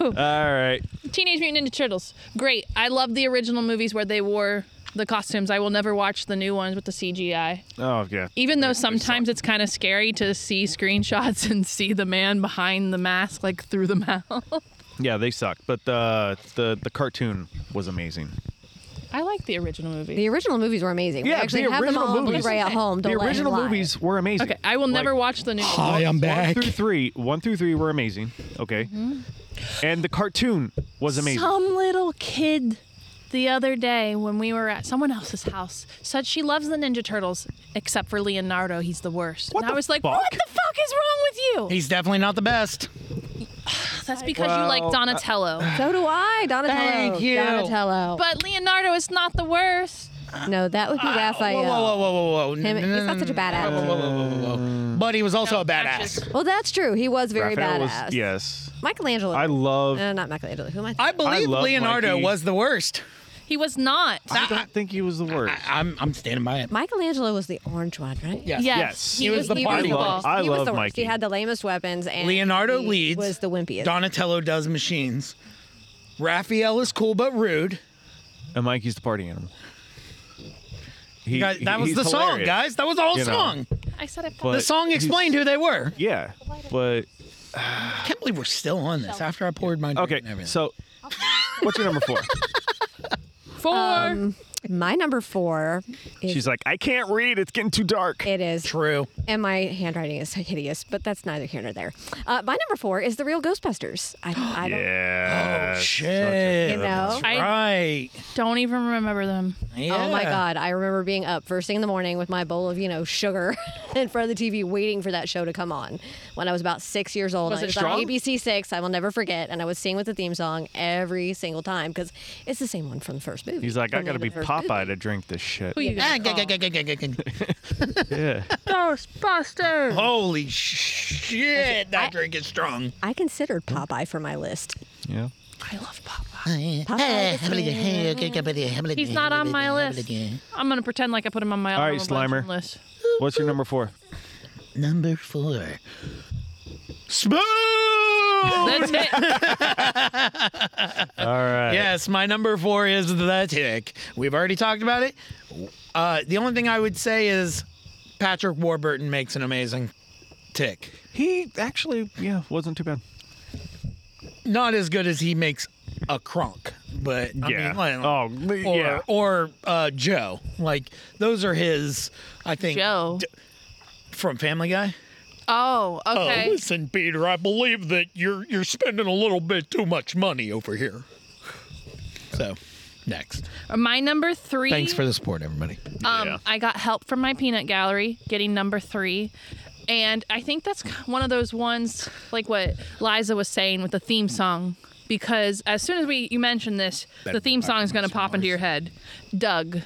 S2: All right.
S1: Teenage Mutant Ninja Turtles? Great. I love the original movies where they wore the costumes. I will never watch the new ones with the CGI.
S2: Oh yeah.
S1: Even though sometimes it's kind of scary to see screenshots and see the man behind the mask, like through the mouth.
S2: Yeah, they suck. But the the the cartoon was amazing.
S1: I like the original movie.
S4: The original movies were amazing. we
S2: Yeah,
S4: actually
S2: the
S4: have them
S2: original
S4: all on
S2: movies.
S4: Blu-ray at home. Don't
S2: the
S4: let him
S2: original
S4: lie.
S2: movies were amazing.
S1: Okay, I will
S2: Like,
S1: never watch the new one.
S3: Hi, I'm
S2: One
S3: back.
S2: through three, one through three were amazing. Okay,
S1: Mm-hmm.
S2: and the cartoon was amazing.
S1: Some little kid the other day when we were at someone else's house said she loves the Ninja Turtles except for Leonardo, he's the worst.
S2: What
S1: and
S2: the
S1: I was like, what
S2: fuck?
S1: the fuck is wrong with you?
S3: He's definitely not the best.
S1: That's because you like
S2: Well,
S1: Donatello.
S4: So do I, Donatello.
S3: Thank you.
S4: Donatello.
S1: but Leonardo is not the worst.
S4: no, that would be Raphael.
S3: Whoa, whoa, whoa, whoa, whoa, whoa.
S4: Him-
S3: No, no,
S4: he's not
S3: no,
S4: such a
S3: no,
S4: badass.
S2: Mm.
S3: Whoa, whoa, whoa, whoa, whoa, whoa. But he was also a
S1: that's
S3: badass.
S4: Well, that's true. He was very
S2: Raphael
S4: badass.
S2: was yes.
S4: Michelangelo.
S2: I love.
S4: Uh, not Michelangelo. Who am I?
S3: I believe
S2: love
S3: Leonardo
S2: Mikey.
S3: was the worst.
S1: He was not.
S2: I don't think he was the worst.
S3: I, I'm, I'm standing by it.
S4: Michelangelo was the orange one, right?
S3: Yes.
S1: yes.
S2: Yes.
S1: He,
S2: He
S1: was,
S3: was the
S1: the
S3: party
S1: party ball.
S3: ball.
S2: I
S4: he was
S2: love
S4: the worst.
S2: Mikey.
S4: He had the lamest weapons, and
S3: Leonardo
S4: he
S3: leads.
S4: Was the wimpiest.
S3: Donatello does machines. Raphael is cool but rude.
S2: and Mikey's the party animal. He,
S3: Guys, that was
S2: he's
S3: the song,
S2: hilarious.
S3: guys. That was the whole
S2: You know.
S3: song.
S1: I said it.
S2: But-
S3: The song explained who they were.
S2: Yeah, but
S3: I can't believe we're still on this after I poured my drink
S2: okay.
S3: and everything.
S2: So, what's your number four?
S1: Four. Um,
S4: My number four. Is,
S2: She's like, I can't read. It's getting too dark.
S4: it is,
S3: True.
S4: and my handwriting is hideous, but that's neither here nor there. Uh, my number four is the real Ghostbusters. I, I don't.
S2: Yeah.
S3: Oh, Shit.
S4: You know?
S1: I-
S3: right.
S1: Don't even remember them.
S4: Oh my
S3: Yeah.
S4: God! I remember being up first thing in the morning with my bowl of you know sugar in front of the TV, waiting for that show to come on. When I was about six years old,
S1: Was
S4: I
S1: it
S4: was
S1: strong?
S4: on ABC Six. I will never forget, and I would sing with the theme song every single time because it's the same one from the first movie.
S2: He's like, I
S4: From the
S2: gotta
S4: end
S2: be
S4: of the first
S2: Popeye to drink this
S4: Oh,
S2: shit.
S1: Who you guys
S3: Ah, g-
S1: call?
S3: g- g- g- g- g-
S2: Yeah.
S1: Ghostbusters.
S3: Holy shit, that drink is strong.
S4: I considered Popeye for my list.
S2: Yeah.
S1: I love Popeye.
S3: He's
S1: He's not on my list. I'm gonna pretend like I put him on my
S2: All right,
S1: honorable mention
S2: Slimer.
S1: list.
S2: What's your number four?
S3: Number four. Spoon!
S1: That's it.
S2: All right.
S3: yes, my number four is the tick. We've already talked about it. Uh, the only thing I would say is Patrick Warburton makes an amazing tick.
S2: He actually, yeah, wasn't too bad.
S3: not as good as he makes a Kronk, but I
S2: Yeah.
S3: mean, like-
S2: Oh, le-
S3: or,
S2: yeah.
S3: or uh, Joe. Like those are his. I think
S1: Joe.
S3: from Family Guy.
S1: Oh, okay.
S3: listen, Peter. I believe that you're you're spending a little bit too much money over here. So, next.
S1: My number three.
S3: Thanks for the support, everybody.
S1: Um,
S2: Yeah.
S1: I got help from my peanut gallery getting number three. And I think that's one of those ones, like what Liza was saying with the theme song, because as soon as we you mention this, the theme song is going to pop into your head. Doug.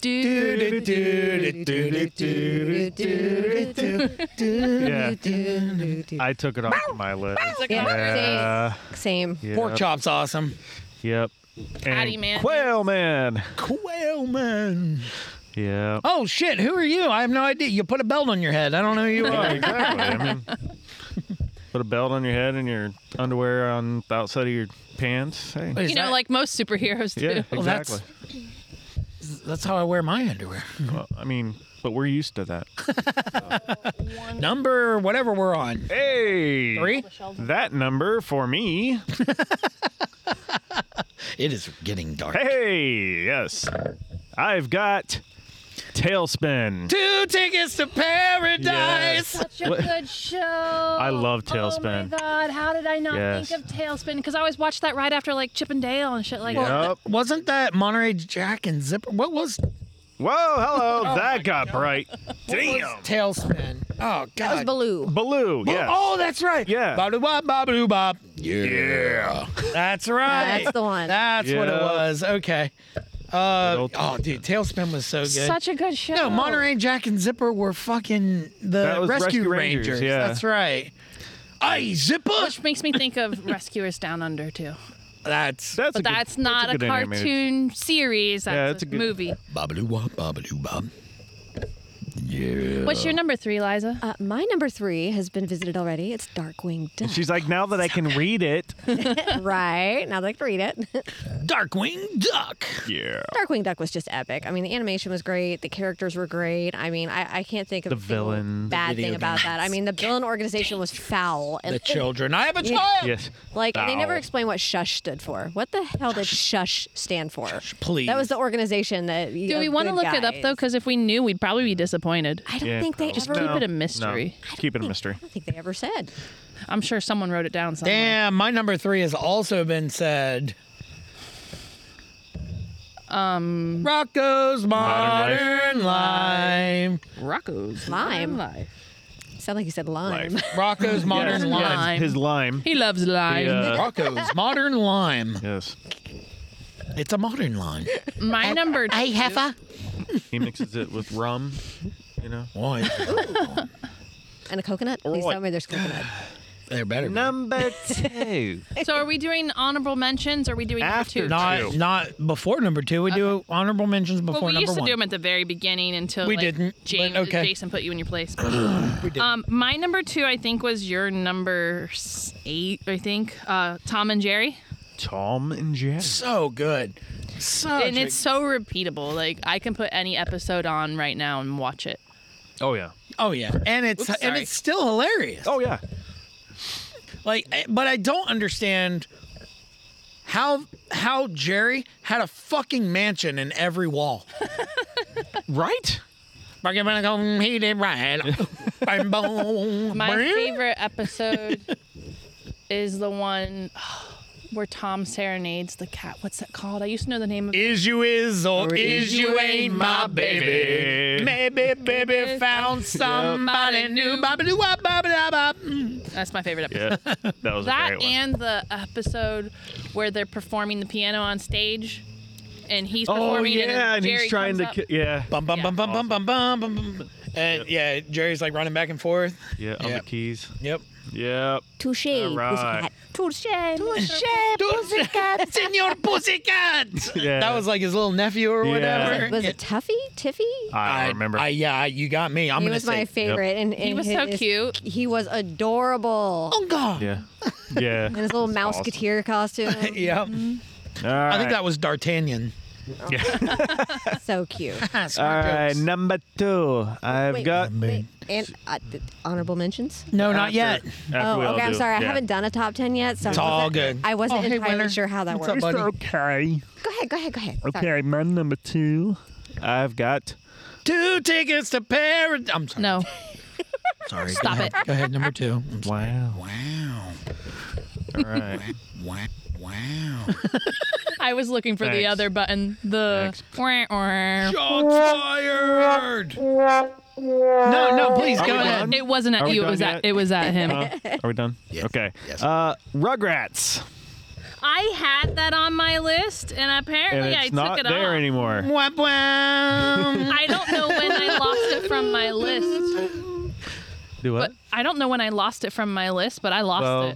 S1: Dude.
S2: Yeah. I took it off my list. Yeah.
S4: Same.
S2: Yep.
S3: Pork chop's awesome.
S2: Yep.
S1: Patty
S2: And
S1: man.
S2: Quail man.
S3: Quail man.
S2: Yeah.
S3: Oh shit! Who are you? I have no idea. You put a belt on your head. I don't know who you
S2: Yeah,
S3: are.
S2: exactly. I mean, put a belt on your head and your underwear on the outside of your pants. Hey.
S3: Is
S1: You know,
S3: that-
S1: like most superheroes do.
S2: Yeah,
S3: Well, that's-
S2: exactly.
S3: that's how I wear my underwear.
S2: Well, I mean, but we're used to that.
S3: Number whatever we're on.
S2: Hey.
S3: Three.
S2: That number for me.
S3: It is getting dark.
S2: Hey, yes. I've got Tailspin.
S3: Two tickets to paradise.
S1: Such a good show. I
S2: love
S1: Oh
S2: Tailspin.
S1: my god, how did I not
S2: Yes.
S1: think of Tailspin? Because I always watched that right after like Chip and Dale and shit like that.
S2: Yep.
S3: Wasn't that Monterey Jack and Zipper? What was
S2: Whoa, hello. that got bright. Damn.
S3: Tailspin? Oh God.
S4: That was Baloo.
S2: Baloo, yes.
S3: Oh, that's right.
S2: Yeah.
S3: Bobby bop, bobby bop. Yeah. That's right.
S4: That's the one.
S3: That's what it
S2: Yeah.
S3: was. Okay. Uh,
S2: old-
S3: oh, dude, Tailspin was so good.
S1: Such a good show.
S3: no, Monterey Jack and Zipper were fucking
S2: That
S3: the
S2: was
S3: Rescue,
S2: Rescue
S3: Rangers.
S2: Rangers, yeah.
S3: That's right. Aye, Zipper.
S1: Which makes me think of Rescuers Down Under too.
S3: That's
S2: That's a
S1: But
S2: good-
S1: that's not
S2: a
S1: a,
S2: good animated-
S1: cartoon series. That's,
S2: Yeah,
S1: a,
S2: it's a good-
S1: movie.
S3: Babaloo wop, babaloo bob. Yeah.
S1: What's your number three, Liza?
S4: Uh, my number three has been visited already. It's Darkwing Duck.
S2: She's like, now that I can read it.
S4: right. Now that I can read it.
S3: Darkwing Duck.
S2: Yeah.
S4: Darkwing Duck was just epic. I mean, the animation was great. The characters were great. I mean, I, I can't think of
S2: The
S4: a single
S2: villain.
S4: bad
S3: video
S4: thing about that. I mean, the villain organization was foul. And
S3: The children. I have a child.
S2: Yes.
S4: Like and they never
S2: Ow.
S4: explain what Shush stood for. What the hell did Shush stand for?
S3: Please.
S4: That was the organization that.
S1: Do we want to look it up though? Because if we knew, we'd probably be disappointed.
S4: I don't
S2: Yeah,
S4: think they
S2: probably.
S4: ever.
S1: keep
S2: No,
S1: it a
S2: no.
S1: mystery.
S2: Keep it a mystery.
S4: I don't think they ever said.
S1: I'm sure someone wrote it down somewhere.
S3: Damn, my number three has also been said. Um, Rocco's
S2: Modern
S3: Modern, Lime.
S1: Rocco's
S4: Lime.
S1: Life.
S4: Sound like you said lime.
S2: Life.
S3: Rocco's
S1: Yes.
S3: Modern Lime.
S1: Lime.
S2: His lime.
S1: He loves lime.
S2: Yeah.
S3: Rocco's Modern Lime.
S2: Yes.
S3: It's a modern lime.
S1: My number.
S3: Hey, heifer.
S2: He mixes it with rum, you know.
S3: Boy,
S4: And a coconut. Please
S2: Right.
S4: tell me there's coconut.
S3: they're better. be.
S2: Number two.
S1: So are we doing honorable mentions? Or are we doing number
S2: After
S1: two?
S3: Not,
S2: Two.
S3: not before number two. We do honorable mentions before
S1: Well, we
S3: number
S1: used to
S3: one.
S1: do them at the very beginning until
S3: We
S1: like,
S3: didn't, but
S1: James,
S3: okay.
S1: Jason put you in your place. Um, my number two, I think, was your number s- eight. I think uh, Tom and Jerry,
S2: Tom and Jerry.
S3: so good. Such
S1: and
S3: a-
S1: it's so repeatable. Like I can put any episode on right now and watch it.
S2: Oh yeah.
S3: oh yeah, and it's
S1: Oops,
S3: and
S1: sorry.
S3: it's still hilarious.
S2: Oh yeah.
S3: Like, I- but I don't understand how how Jerry had a fucking mansion in every wall.
S2: Right?
S3: Bring it, bring it, um, he did right. Bang, boom,
S1: My
S3: bring.
S1: favorite episode is the one where Tom serenades the cat. What's that called? I used to know the name of it.
S3: Is you is or Oh, is you ain't my baby? Maybe baby found somebody new. Bobbity wop, bobbity bop.
S1: That's my favorite episode.
S2: Yeah. That was a great
S1: That
S2: one.
S1: and the episode where they're performing the piano on stage, and he's
S2: oh
S1: performing. and,
S2: yeah, and
S1: Jerry
S2: he's trying
S1: comes
S2: to
S1: up.
S2: ki- yeah.
S3: Bum bum
S1: Yeah.
S3: bum bum bum bum bum bum. bum. And yeah, Jerry's like running back and forth.
S2: Yeah, on
S3: Yeah.
S2: the keys.
S3: Yep.
S2: Yep.
S4: Touche.
S2: All right.
S4: pussycat. Touche. Touche.
S3: Pussycat, Senor Pussycat.
S2: Yeah.
S3: That was like his little nephew or
S2: Yeah.
S3: whatever.
S4: Was it Tuffy? Tiffy?
S2: I, don't remember.
S3: I, yeah, you got me. I'm
S4: he
S3: gonna
S4: was
S3: say.
S4: my favorite. And, and
S1: He was
S4: his,
S1: so cute.
S4: He was adorable.
S3: oh God.
S2: yeah. Yeah.
S4: In his little
S2: That's awesome.
S4: mouseketeer costume.
S3: Yeah.
S2: All
S3: I
S2: right.
S3: think that was D'Artagnan.
S4: so cute.
S2: All right, number two. I've
S4: Wait,
S2: got.
S4: wait, and uh, th- honorable mentions.
S3: no,
S2: After-
S3: not yet.
S2: after
S4: oh,
S2: we all
S4: okay. I'm
S2: do,
S4: sorry. I
S2: yeah.
S4: haven't done a top ten yet, so
S3: It's
S4: I
S3: all
S4: wasn't-
S3: good.
S4: I wasn't
S3: Oh, hey,
S4: entirely
S3: Winter.
S4: sure how that
S3: What's up,
S4: worked.
S3: buddy?
S2: Okay.
S4: Go ahead. Go ahead. Go ahead. Sorry.
S2: Okay, my number two. I've got.
S3: Two tickets to Paris. I'm sorry.
S1: No.
S3: Sorry. Go
S1: Stop
S3: ahead.
S1: it.
S3: Go ahead. Number two. I'm sorry.
S2: Wow.
S3: Wow.
S2: All right.
S3: Wow. Wow.
S1: I was looking for the
S2: Thanks.
S1: other button. The wah, wah.
S3: Shots fired. No, no, please
S2: Are
S3: go
S2: we
S3: ahead.
S2: done?
S1: It wasn't
S2: Are
S1: at
S2: we
S1: you. It
S2: done
S1: was
S2: yet? Uh-huh.
S1: at it was at him.
S2: Huh? Are we done?
S3: Yes.
S2: Okay.
S3: Yes.
S2: Uh, Rugrats.
S1: Oh, I had that on my list, and
S2: And
S1: apparently I
S2: it's
S1: took
S2: not
S1: it
S2: there
S1: off.
S2: anymore.
S3: Wah, wah.
S1: I don't know when I lost it from my list.
S2: Do what?
S1: But I don't know when I lost it from my list, but I lost
S2: well,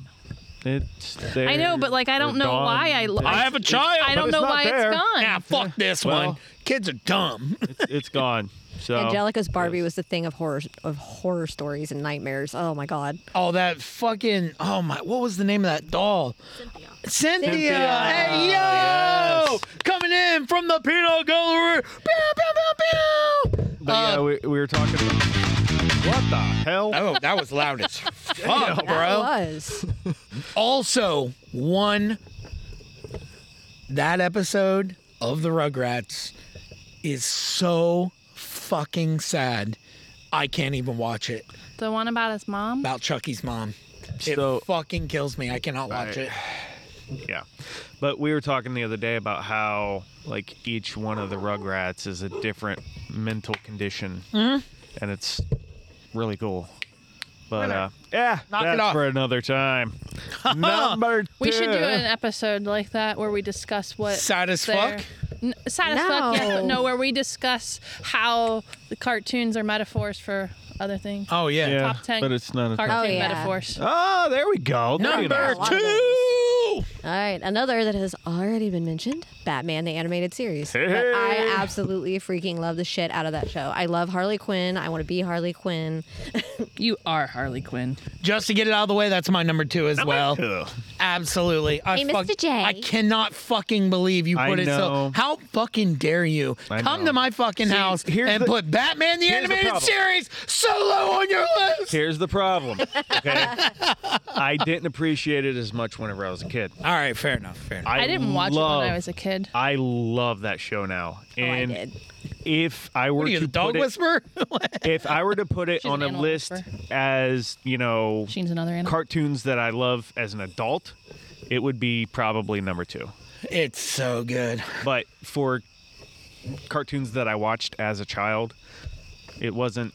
S1: it.
S2: it's there.
S1: I know, but like I
S2: Or
S1: don't know
S2: gone.
S1: why I lost.
S3: I have a child.
S1: I
S2: but
S1: don't
S2: it's
S1: know
S2: not
S1: why
S2: there.
S1: it's gone.
S3: Now, fuck this one.
S2: Well-
S3: Kids are dumb.
S2: It's- it's gone. So
S4: Angelica's Barbie was the thing of horror of horror stories and nightmares. Oh my god.
S3: Oh, that fucking. Oh, my. What was the name of that doll? Cynthia.
S4: Cynthia.
S3: Hey, yo. Coming in from the peanut gallery. Pew, pew, pew, pew.
S2: But
S1: Uh,
S2: yeah, we, we were talking about what the hell?
S3: Oh, that was loud as fuck,
S4: That
S2: Oh.
S3: bro.
S4: was.
S3: also one that episode of the Rugrats is so fucking sad. I can't even watch it
S1: The one about his mom.
S3: about Chucky's mom. It
S2: So-
S3: fucking kills me. I cannot watch it.
S2: Yeah. But we were talking the other day about how like each one of the Rugrats is a different mental condition,
S1: Mm-hmm.
S2: and it's really cool. But uh, yeah,
S3: Knock it
S2: that's
S3: off.
S2: for another time. Number two.
S1: We should do an episode like that where we discuss what
S3: Sad as
S1: their-
S3: fuck?
S1: N- sad as fuck. Yes, but
S4: No.
S1: no, where we discuss how the cartoons are metaphors for other things.
S3: Oh Uh, yeah.
S2: Yeah,
S1: top 10
S2: but it's not a top.
S1: cartoon
S4: Oh, yeah.
S1: metaphors.
S2: Oh, there we go. Pretty
S3: Number
S2: nice.
S4: lot of
S3: two.
S4: All right, another that has already been mentioned, Batman the animated series. But
S2: Hey.
S4: I absolutely freaking love the shit out of that show. I love Harley Quinn. I want to be Harley Quinn.
S1: You are Harley Quinn.
S3: Just to get it out of the way, that's my number two as well.
S2: Ugh.
S3: Absolutely. I
S4: Hey, Mr. J.
S3: I cannot fucking believe you
S2: I
S3: put it so.
S2: know.
S3: How fucking dare you
S2: I
S3: come
S2: know.
S3: to my fucking
S2: See,
S3: house
S2: here's
S3: and
S2: the-
S3: put Batman the
S2: here's the
S3: Animated
S2: problem.
S3: Series solo on your list?
S2: Here's the problem. Okay, I didn't appreciate it as much whenever I was a kid.
S3: All right, fair enough. Fair enough.
S1: I, didn't watch it when I
S2: love-
S1: was a kid.
S2: I love that show now.
S4: Oh, I
S2: And
S4: did.
S2: if I were
S3: What are you,
S2: to
S3: the dog
S2: put it,
S3: whisperer?
S2: if I were to put it
S1: She's
S2: on
S1: an
S2: a
S1: animal
S2: list
S1: whisperer.
S2: as you know
S1: Sheen's another animal.
S2: cartoons that I love as an adult, it would be probably number two.
S3: it's so good.
S2: But for cartoons that I watched as a child, it wasn't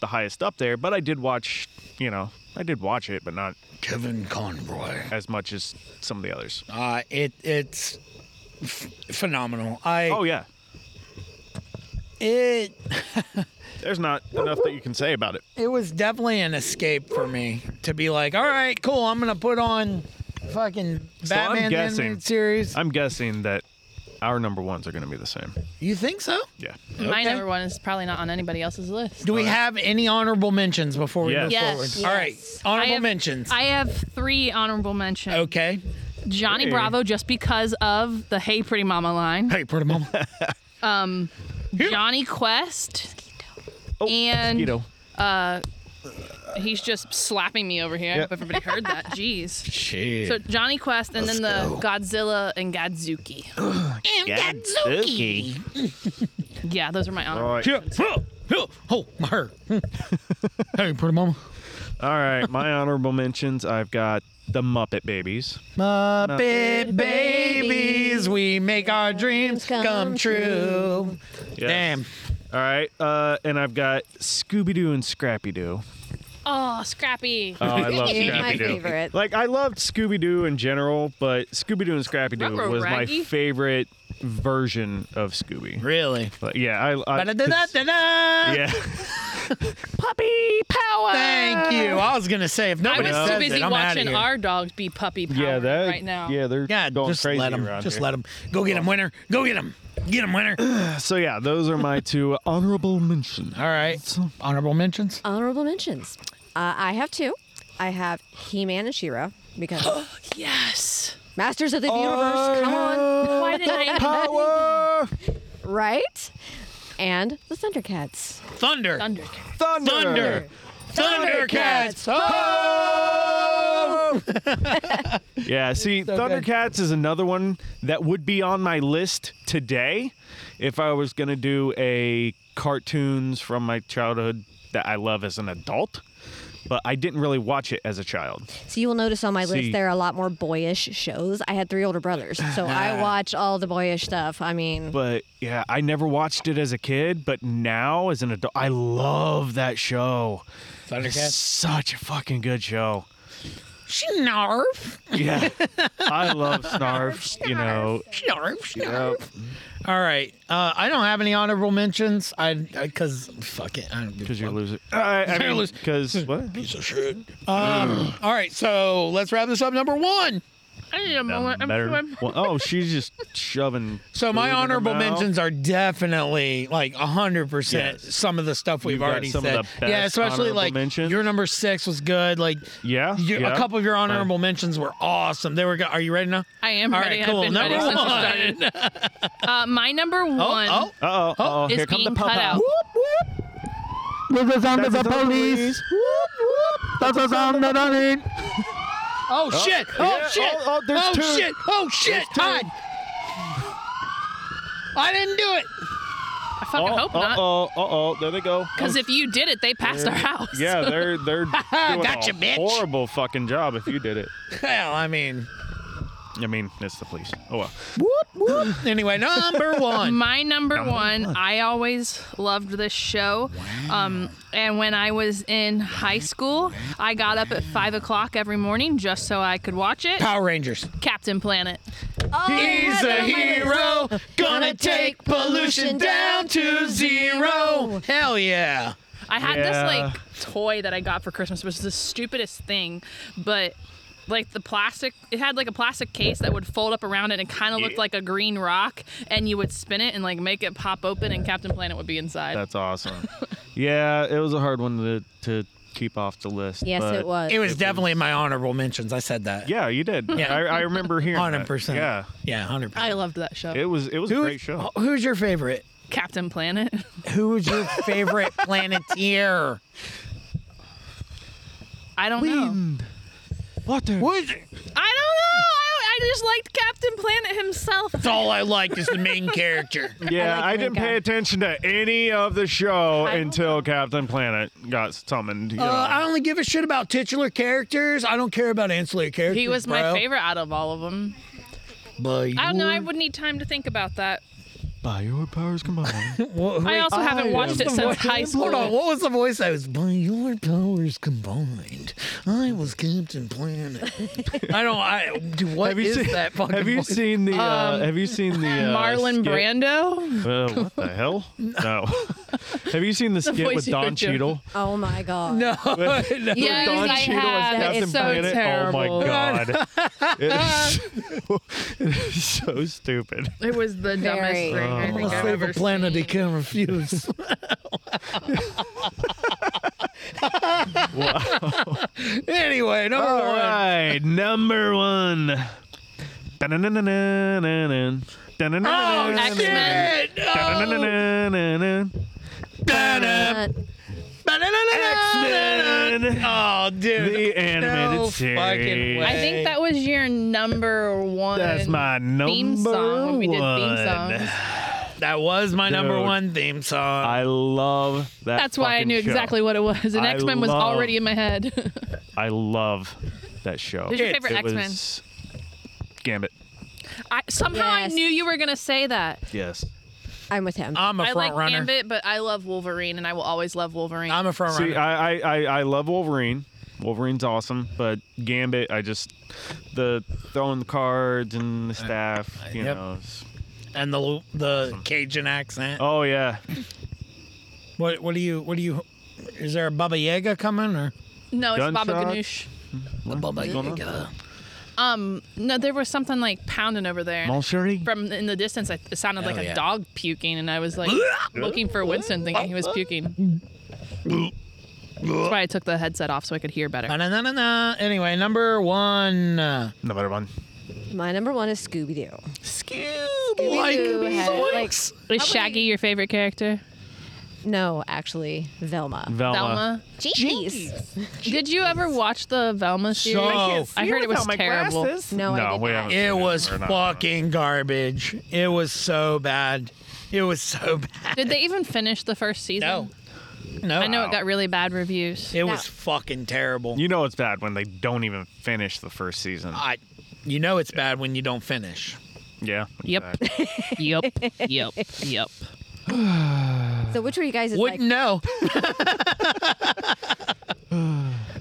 S2: the highest up there. But I did watch, you know, I did watch it, but not
S3: Kevin Conroy.
S2: as much as some of the others.
S3: Uh, it it's f- phenomenal. I
S2: Oh yeah,
S3: it
S2: there's not enough that you can say about it.
S3: it was definitely an escape for me to be like, all right, cool, I'm gonna put on fucking
S2: So I'm
S3: Batman the
S2: guessing-
S3: Animated Series.
S2: I'm guessing that our number ones are going to be the same.
S3: You think so?
S2: Yeah.
S1: My
S3: Okay.
S1: number one is probably not on anybody else's list.
S3: Do we have any honorable mentions before we
S2: Yes.
S3: move
S1: Yes.
S3: forward?
S1: Yes.
S3: All right,
S1: I
S3: honorable
S1: have-
S3: mentions.
S1: I have three honorable mentions.
S3: okay.
S1: Johnny
S2: Hey.
S1: Bravo, just because of the "Hey Pretty Mama" line.
S3: Hey, pretty mama.
S1: Johnny Quest,
S2: Oh,
S1: And-
S2: mosquito.
S1: he's just slapping me over here. I hope everybody heard that. Jeez.
S3: Shit.
S1: So Johnny Quest, and then the Godzilla and Godzuki.
S2: Gadzuki.
S1: Yeah, those are my
S2: All
S1: honorable.
S2: right.
S3: Yeah. Huh. Huh. Oh, my hair. Hmm. hey, pretty mama.
S2: All right, my honorable mentions. I've got the Muppet Babies.
S3: Muppet babies, we make our dreams
S4: Come
S3: come true.
S2: Yes.
S3: Damn.
S2: All right, uh, and I've got Scooby Doo and Scrappy Doo.
S1: Oh, Scrappy.
S2: Oh, I love
S4: It's my
S2: Scrappy Doo.
S4: favorite.
S2: Like I loved Scooby Doo in general, but Scooby Doo and Scrappy Doo
S1: Ruh-roh,
S2: was my
S1: Raggy.
S2: favorite version of Scooby.
S3: Really?
S2: But yeah, I. I
S3: Ba-da-da-da-da.
S2: Uh, yeah.
S1: puppy power.
S3: Thank you. Uh, I was gonna say if
S1: I
S3: nobody
S1: was
S2: Yeah.
S1: too
S3: says
S1: busy
S3: it, I'm out of
S1: watching
S3: here.
S1: our dogs be puppy power
S2: Yeah, that
S1: right now.
S2: Yeah, they're
S3: yeah,
S2: going
S3: just
S2: crazy
S3: let him.
S2: around
S3: Just
S2: here.
S3: let him. Go get him, winner. Go get him. Get him, winner. All
S2: So yeah, those are my two honorable mentions.
S3: right. Honorable mentions.
S4: Honorable mentions. Uh, I have two. I have He Man and She Ra because
S1: Yes.
S4: Masters of the universe, come on,
S2: Oh.
S1: Why did I
S2: Power!
S4: right? And the Thundercats.
S3: Thunder.
S1: thunder?
S2: Thunder!
S3: Thunder. Thundercats.
S2: Ho! yeah, see,
S3: so good.
S2: Thundercats is another one that would be on my list today if I was going to do a cartoons from my childhood that I love as an adult, but I didn't really watch it as a child.
S4: So you will notice on my
S2: See.
S4: list there are a lot more boyish shows. I had three older brothers, so I watch all the boyish stuff. I mean,
S2: But yeah, I never watched it as a kid, but now as an adult, I love that show. It's
S3: Thundercats.
S2: such a fucking good show.
S3: Snarf.
S2: Yeah. I love Snarf, you know.
S3: Snarf. Snarf.
S2: Yep.
S3: All right. Uh, I don't have any honorable mentions. I because fuck it. I don't give a
S2: Because you're a
S3: fuck.
S2: loser. I, I mean,
S3: loser.
S2: because what?
S3: piece of shit. Um, all right. So let's wrap this up. Number one.
S1: I need a moment. I'm,
S2: Better-
S1: I'm,
S2: well, oh, she's just shoving.
S3: So my
S2: food in her
S3: honorable
S2: mouth.
S3: mentions are definitely like hundred percent
S2: Yes.
S3: some of the stuff we've
S2: You've got
S3: already
S2: some of
S3: said.
S2: the best
S3: yeah, especially
S2: honorable
S3: like
S2: mentions.
S3: your number six was good. Like
S2: Yeah,
S3: your,
S2: yeah.
S3: a couple of your honorable mentions were awesome. They were. go- Are you ready now?
S1: I am
S3: All right,
S1: ready.
S3: cool.
S1: I've been
S3: Number
S1: ready since you started.
S3: one.
S1: Uh, my number one
S3: Oh, oh.
S2: Uh-oh, uh-oh,
S1: is
S2: here come the
S1: being
S2: pop
S1: cut out.
S5: This is under
S2: That's the
S5: the police.
S2: police.
S5: This is under the police.
S3: Oh, shit! Oh
S2: yeah.
S3: shit!
S2: Oh, oh, there's two.
S3: shit! Oh shit!
S2: two.
S3: Todd! I didn't do it.
S1: I fucking hope
S2: oh,
S1: not.
S2: oh, oh, there they go.
S1: Because if you did it, they passed our house.
S2: yeah, they're they're doing
S3: Gotcha,
S2: a
S3: bitch.
S2: horrible fucking job if you did it.
S3: Well, I mean,
S2: I mean, it's the police. Oh well.
S3: anyway, number one.
S1: My number, one, I always loved this show. Um, and when I was in high school, I got up at five o'clock every morning just so I could watch it.
S3: Power Rangers.
S1: Captain Planet.
S4: oh,
S3: He's a hero, gonna take pollution down to zero. Hell yeah.
S1: I had
S2: Yeah.
S1: this like toy that I got for Christmas, which was the stupidest thing, but like the plastic, it had like a plastic case that would fold up around it and kind of looked like a green rock, and you would spin it and like make it pop open, and Captain Planet would be inside.
S2: That's awesome. yeah, it was a hard one to to keep off the list.
S4: Yes,
S2: but-
S4: it was.
S3: It was definitely my honorable mentions. I said that.
S2: Yeah, you did.
S3: Yeah.
S2: I, I remember hearing. that.
S3: 100%.
S2: Yeah,
S3: Yeah, 100%.
S1: I loved that show.
S2: it was it was a great show.
S3: Oh, Who's your favorite?
S1: Captain Planet.
S3: Who was your favorite planeteer?
S1: I don't know.
S2: Water.
S3: Who's,
S1: I don't know. I, I just liked Captain Planet himself.
S3: that's all I liked is the main character.
S2: Yeah, I,
S4: like
S2: didn't
S4: Ringo.
S2: pay attention to any of the show
S1: don't
S2: until Captain Planet got summoned. you
S3: Uh, I
S2: know.
S3: only give a shit about titular characters. I don't care about ancillary characters.
S1: He was my
S3: bro.
S1: favorite out of all of them.
S3: But
S1: I don't know. I would need time to think about that.
S2: By your powers combined.
S3: Wha-
S1: I also haven't watched it since high school.
S3: Hold on, what was the voice I was? By your powers combined, I was Captain Planet. I don't. I dude, what is that fucking?
S2: Have you
S3: voice?
S2: seen the? uh, have you seen the? Uh,
S1: Marlon
S2: skit-
S1: Brando.
S2: Uh, what the hell? No. have you seen the skit
S1: voice
S2: with
S1: you
S2: Don
S1: would do.
S2: Cheadle?
S4: Oh my god.
S3: No. no.
S1: Yes,
S2: Don
S1: I
S2: Cheadle
S1: have.
S2: as Captain
S1: it's so
S2: Planet.
S1: terrible.
S2: Oh my god. it, is so, it is so stupid.
S1: It was the dumbest
S4: Very.
S1: thing I think I've
S3: Save
S1: ever
S3: a Oh, planet he
S1: seen.
S3: can't refuse. anyway, number
S2: All
S3: one.
S2: right, number one. Dun-dun-dun-dun-dun-dun.
S3: Oh,
S2: Dun-dun-dun-dun-dun.
S1: X-Men.
S3: shit! Oh.
S2: Dun-dun-dun-dun-dun.
S3: Ba-da,
S4: Uh,
S3: ba-da-da-da-da-da.
S2: X-Men.
S3: Oh, dude.
S2: The animated
S3: no Fucking
S2: series.
S3: way.
S1: I think that was your number one.
S2: That's my number
S1: theme song when we did theme
S2: one.
S1: songs.
S3: That was my number
S2: Dude.
S3: one theme song.
S2: I love that.
S1: That's why I
S2: fucking
S1: knew
S2: show.
S1: exactly what it was. And
S2: I
S1: X Men was
S2: love-
S1: already in my head.
S2: I love that show.
S1: Who's your
S3: It-
S1: favorite
S2: It
S1: X Men?
S2: was Gambit.
S1: I, somehow
S4: Yes.
S1: I knew you were gonna say that.
S2: Yes.
S4: I'm with him.
S2: Uh.
S3: I'm a
S1: I
S3: front
S1: like
S3: runner.
S1: Gambit, but I love Wolverine, and I will always love Wolverine.
S3: I'm a front
S2: See,
S3: runner.
S2: I, I, I, I love Wolverine. Wolverine's awesome, but Gambit, I just the throwing the cards and the staff, you
S3: yep.
S2: know. it's-
S3: and the the Cajun accent.
S2: Oh yeah,
S3: What what do you what do you? Is there a Baba Yaga coming or?
S1: no, it's Baba
S2: Gunshots?
S1: Ganoush.
S3: Baba
S2: going on?
S3: Yaga.
S1: Um, no, there was something like pounding over there.
S3: Oh,
S1: and
S2: Monsieur.
S1: From in the distance, I- it sounded like
S3: Hell
S1: a
S3: yeah.
S1: dog puking, and I was like looking for Winston, thinking he was puking. That's why I took the headset off so I could hear better.
S3: Na, na, na, na, na. Anyway, number one. uh,
S2: Number one.
S4: My number one is Scooby Doo.
S3: Scooby like
S4: Scooby-Doo had, like-
S3: zoinks.
S1: Is Shaggy your favorite character?
S4: No, actually, Velma.
S2: Velma.
S1: Velma.
S4: Jeez.
S1: Did you ever watch the Velma series?
S3: So- I can't
S1: I heard it was terrible.
S4: No, I
S2: No,
S4: did
S2: we
S4: not.
S2: haven't.
S3: It was
S2: We're not-
S3: fucking garbage. It was so bad. It was so bad.
S1: Did they even finish the first season?
S3: No. No.
S1: I know it got really bad reviews.
S3: It
S4: No.
S3: was fucking terrible.
S2: You know it's bad when they don't even finish the first season.
S3: I, you know it's bad when you don't finish.
S2: yeah.
S1: Yep.
S2: exactly.
S1: yep. Yep. Yep.
S4: So which were you guys? Like,
S3: Wouldn't know.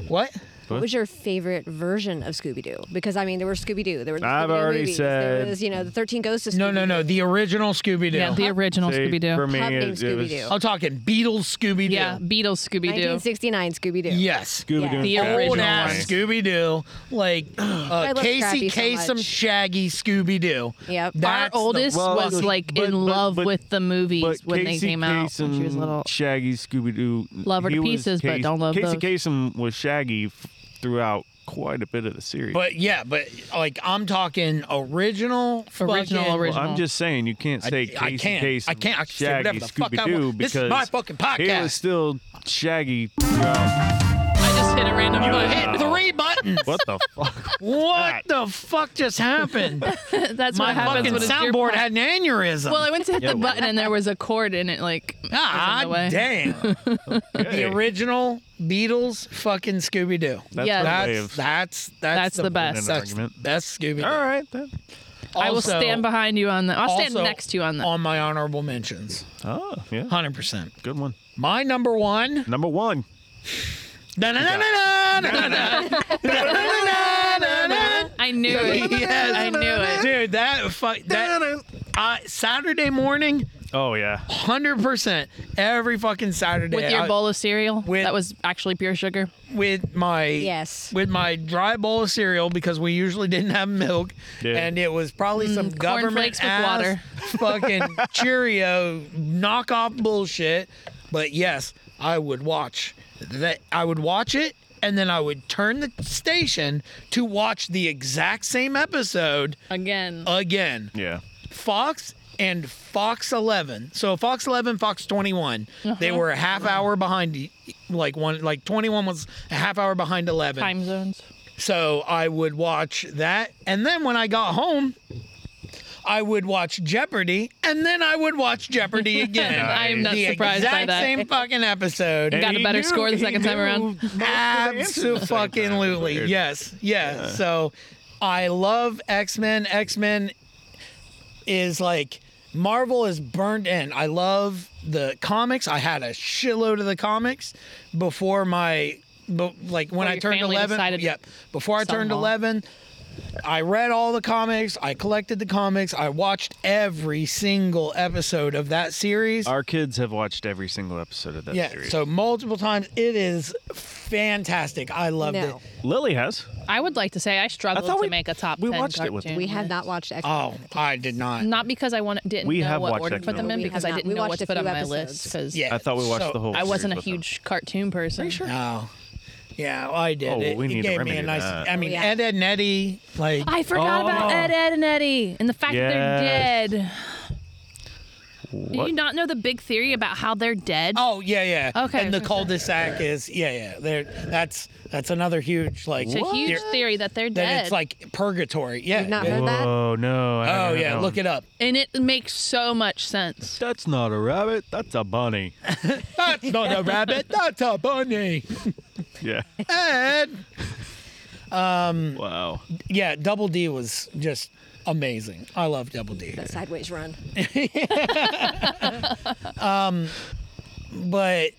S3: what?
S4: what was your favorite version of Scooby Doo? Because I mean, there were Scooby Doo. There were. The
S2: I've
S4: Scooby-Doo
S2: already
S4: movies. There
S2: said-
S4: was, you know, the Thirteen Ghosts of Scooby.
S3: No, no, no. The original Scooby Doo.
S1: Yeah, the original
S2: See,
S1: Scooby
S2: For
S1: Doo.
S2: me,
S4: Pumping
S2: it, it was
S4: Scooby-Doo.
S3: I'm talking Beatles Scooby Doo.
S1: Yeah, Beatles Scooby Doo.
S4: 1969 Scooby Doo.
S3: Yes.
S2: Scooby Doo.
S1: The
S2: and Fat
S3: Old
S1: original
S2: Johnny.
S3: ass Scooby Doo, like uh,
S4: love
S3: Casey
S4: Scrappy so
S3: Kasem,
S4: much.
S3: Shaggy Scooby Doo.
S4: Yep. Our
S1: Our
S3: That's the-
S1: oldest
S2: well,
S1: was like
S2: but-
S1: in
S2: but-
S1: love
S2: but-
S1: with the movies
S2: But
S1: when they
S2: Casey
S1: came out when she was
S2: Kasem,
S1: little.
S2: Shaggy Scooby Doo.
S1: Love her to pieces, but don't love
S2: Casey
S1: those.
S2: Kasem was Shaggy f- throughout quite a bit of the series.
S3: But yeah, but like I'm talking original,
S1: Original,
S3: fucking-
S1: original.
S2: I'm just saying you can't
S3: I-
S2: say
S3: I
S2: Casey
S3: can't.
S2: Kasem,
S3: I can't. I can say
S2: Shaggy
S3: whatever the fuck I
S2: Scooby Doo
S3: want. This
S2: because
S3: is my fucking
S2: He
S3: podcast.
S2: was still Shaggy.
S1: I just hit a random button.
S3: Hit three buttons.
S2: What the fuck?
S3: What the fuck just happened?
S1: That's
S3: My
S1: what happens
S3: fucking
S1: when it's your
S3: soundboard had an aneurysm.
S1: Well, I went to hit
S2: Yeah,
S1: the
S2: well.
S1: button and there was a cord in it. Like, was in the
S3: ah,
S1: way.
S3: damn.
S2: Okay.
S3: The original Beatles, fucking Scooby Doo.
S2: That's
S1: Yes.
S2: what I
S3: That's
S2: have.
S3: that's that's
S1: That's the best.
S2: In an
S3: That's the
S2: argument.
S3: best Scooby.
S2: All right. Then.
S1: I will stand behind you on that. I'll stand next to you on that.
S3: On my honorable mentions,
S2: Oh, yeah.
S3: hundred percent.
S2: Good one.
S3: My number one.
S2: Number one.
S3: Da-na-na-na-na-na-na-na-na-na-na.
S1: I knew it.
S3: Yes.
S1: I knew it.
S3: Dude, that fuck that uh, Saturday morning,
S2: Oh yeah.
S3: hundred percent every fucking Saturday
S1: With your
S3: I-
S1: bowl of cereal,
S3: with-
S1: that was actually pure sugar.
S3: with my
S4: Yes.
S3: with my dry bowl of cereal because we usually didn't have milk,
S2: Yeah.
S3: and it was probably some government
S1: Mm, flakes with
S3: ass
S1: water.
S3: fucking Cheerio knockoff bullshit. But yes, I would watch that. I would watch it, and then I would turn the station to watch the exact same episode
S1: Again.
S3: again.
S2: Yeah.
S3: Fox and Fox 11. So Fox 11, Fox 21. They
S1: Uh-huh.
S3: were a half hour behind e- like one like 21 was a half hour behind 11.
S1: Time zones.
S3: So I would watch that and then when I got home I would watch Jeopardy and then I would watch Jeopardy again.
S1: I am not
S3: the
S1: surprised by
S3: exact
S1: that.
S3: same fucking episode.
S1: Got a better score the second time around.
S3: Absolutely. Yes. Yeah. So I love X Men. X Men is like Marvel is burned in. I love the comics. I had a shitload of the comics before my, bu- like when
S1: Well,
S3: I
S1: your
S3: turned
S1: family
S3: 11.
S1: decided to
S3: yep. Before I
S1: sell
S3: turned
S1: them all.
S3: 11. I read all the comics. I collected the comics. I watched every single episode of that series.
S2: Our kids have watched every single episode of that
S3: Yeah,
S2: series.
S3: so multiple times. It is fantastic. I loved
S4: No.
S3: it.
S2: Lily has.
S1: I would like to say I struggled
S2: I thought
S1: to
S2: we-
S1: make a top
S2: we
S1: 10
S2: watched it with-
S1: cartoon
S4: We have
S1: list.
S4: not watched X.
S3: Oh, I did not.
S1: Not because I want, didn't
S2: We
S1: know
S2: have
S1: what
S2: watched
S1: order to put
S2: X-Men.
S1: them in,
S4: We
S1: because
S4: have
S1: I
S4: not.
S1: didn't
S4: We
S1: know what
S4: watched
S1: to
S4: a
S1: put on
S4: few
S1: my list
S4: episodes.
S1: because
S3: Yeah,
S2: I thought we watched
S3: so
S2: the whole.
S1: I wasn't a
S2: series with them.
S1: huge cartoon person.
S3: No. Yeah, I did.
S2: Oh,
S3: it,
S2: we
S3: it
S2: need to
S3: gave me a
S2: remedy
S3: nice.
S2: that.
S3: I mean,
S4: Oh, yeah.
S3: Ed, Ed, and Eddie. Like,
S1: I forgot
S2: Oh.
S1: about Ed, Ed, and Eddie and the fact that they're dead. Do
S2: What?
S1: you not know the big theory about how they're dead?
S3: oh yeah, yeah.
S1: Okay,
S3: And
S1: I
S3: the
S1: was gonna say.
S3: cul-de-sac is yeah, yeah. There, that's that's another huge like.
S1: it's a huge
S3: there-
S1: theory that they're
S3: That
S1: dead.
S3: it's like purgatory. Yeah.
S4: You've not
S3: yeah.
S4: heard that?
S2: Oh no!
S3: Oh yeah, look
S2: at.
S3: it up.
S1: and it makes so much sense.
S2: That's not a rabbit. That's a bunny.
S3: That's not a rabbit. That's a bunny.
S2: Yeah.
S3: Ed.
S2: wow.
S3: Yeah, Double D was just amazing. I love Double D.
S4: That sideways run.
S3: but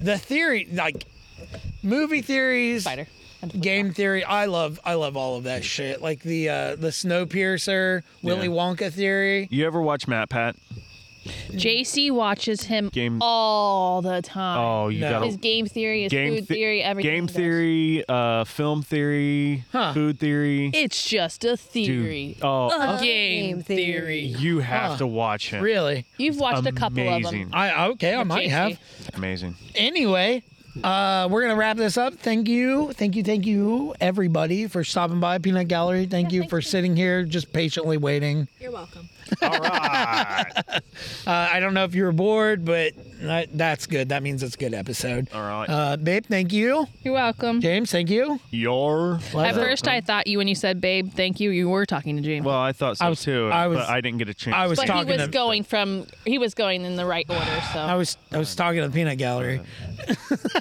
S3: the theory like movie theories
S1: Spider.
S3: game theory i love i love all of that shit like the uh the snowpiercer willy
S2: Yeah.
S3: wonka theory
S2: You ever watch Matt Pat?
S1: JC watches him
S2: Game-
S1: all the time.
S2: Oh, you
S3: No.
S2: gotta.
S1: His game theory, his food
S2: the-
S1: theory, everything.
S2: Game
S1: he does.
S2: theory, uh, film theory,
S3: Huh.
S2: food theory.
S1: It's just a theory.
S2: Dude, oh,
S1: a
S4: A
S1: game
S4: game theory.
S1: theory.
S2: you have to watch him.
S3: really
S1: You've watched a couple of them.
S2: Amazing.
S3: i okay i might
S1: JC.
S3: have
S2: Amazing.
S3: anyway Uh, we're gonna wrap this up. Thank you, thank you, thank you, everybody, for stopping by Peanut Gallery. Thank you
S4: thank
S3: for
S4: you.
S3: sitting here, just patiently waiting.
S4: You're welcome.
S2: All right.
S3: Uh, I don't know if you were bored, but that, that's good. That means it's a good episode.
S2: All right.
S3: uh, babe. Thank you,
S1: You're welcome.
S3: James. Thank you.
S2: Your.
S1: At first, I thought you when you said "babe," thank you. You were talking to James.
S2: Well, I thought so
S3: I was-
S2: too,
S3: I was-
S2: but I didn't get a chance.
S3: I was
S1: but he
S3: talking
S1: was
S3: to-
S1: going from he was going in the right order. So
S3: I was I was talking to the Peanut Gallery.
S2: Oh.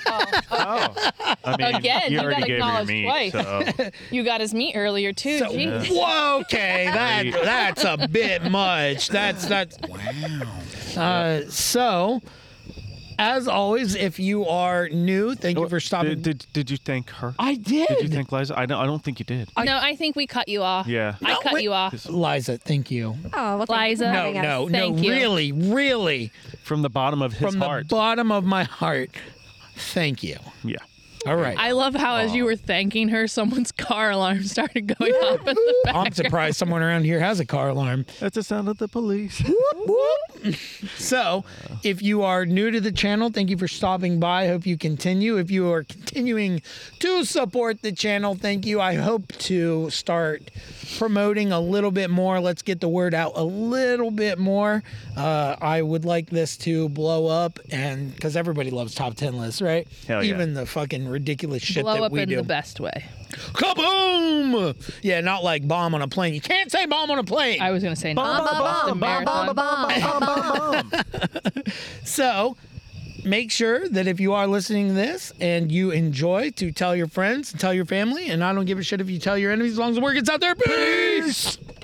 S2: I mean,
S1: Again,
S2: you
S1: you
S2: already
S1: gotta
S2: gave me your
S1: acknowledge twice.
S2: meat, so
S1: you got his meat earlier too.
S3: So,
S1: Jeez.
S3: whoa, okay, that that's a bit much. That's that's wow. Uh, so, as always, if you are new, thank you for stopping.
S2: Did, did, did you thank her?
S3: I did.
S2: Did you thank Liza? I don't. I don't think you did.
S1: no, I think we cut you off.
S2: Yeah.
S1: I
S3: No,
S1: cut
S3: wait.
S1: you off.
S3: Liza, thank you.
S4: Oh, well, thank you
S1: Liza.
S4: for
S3: No,
S4: having us.
S3: no, no,
S1: Thank you.
S3: really, really,
S2: From the bottom of his
S3: from
S2: heart.
S3: the bottom of my heart, thank you.
S2: yeah.
S3: All right.
S1: I love how as you were thanking her, someone's car alarm started going off in the back.
S3: I'm surprised someone around here has a car alarm.
S2: That's the sound of the police.
S3: So, if you are new to the channel, thank you for stopping by. Hope you continue. If you are continuing to support the channel, thank you. I hope to start promoting a little bit more. Let's get the word out a little bit more. Uh, I would like this to blow up, and because everybody loves top ten lists, right?
S2: Hell yeah.
S3: Even the fucking ridiculous shit
S1: Blow
S3: that
S1: up
S3: we
S1: in
S3: do.
S1: the best way.
S3: Kaboom! Yeah, not like bomb on a plane. You can't say bomb on a plane.
S1: I was gonna say not the Boston Marathon.
S3: So make sure that if you are listening to this and you enjoy to tell your friends and tell your family and i don't give a shit if you tell your enemies as long as the word gets out there peace.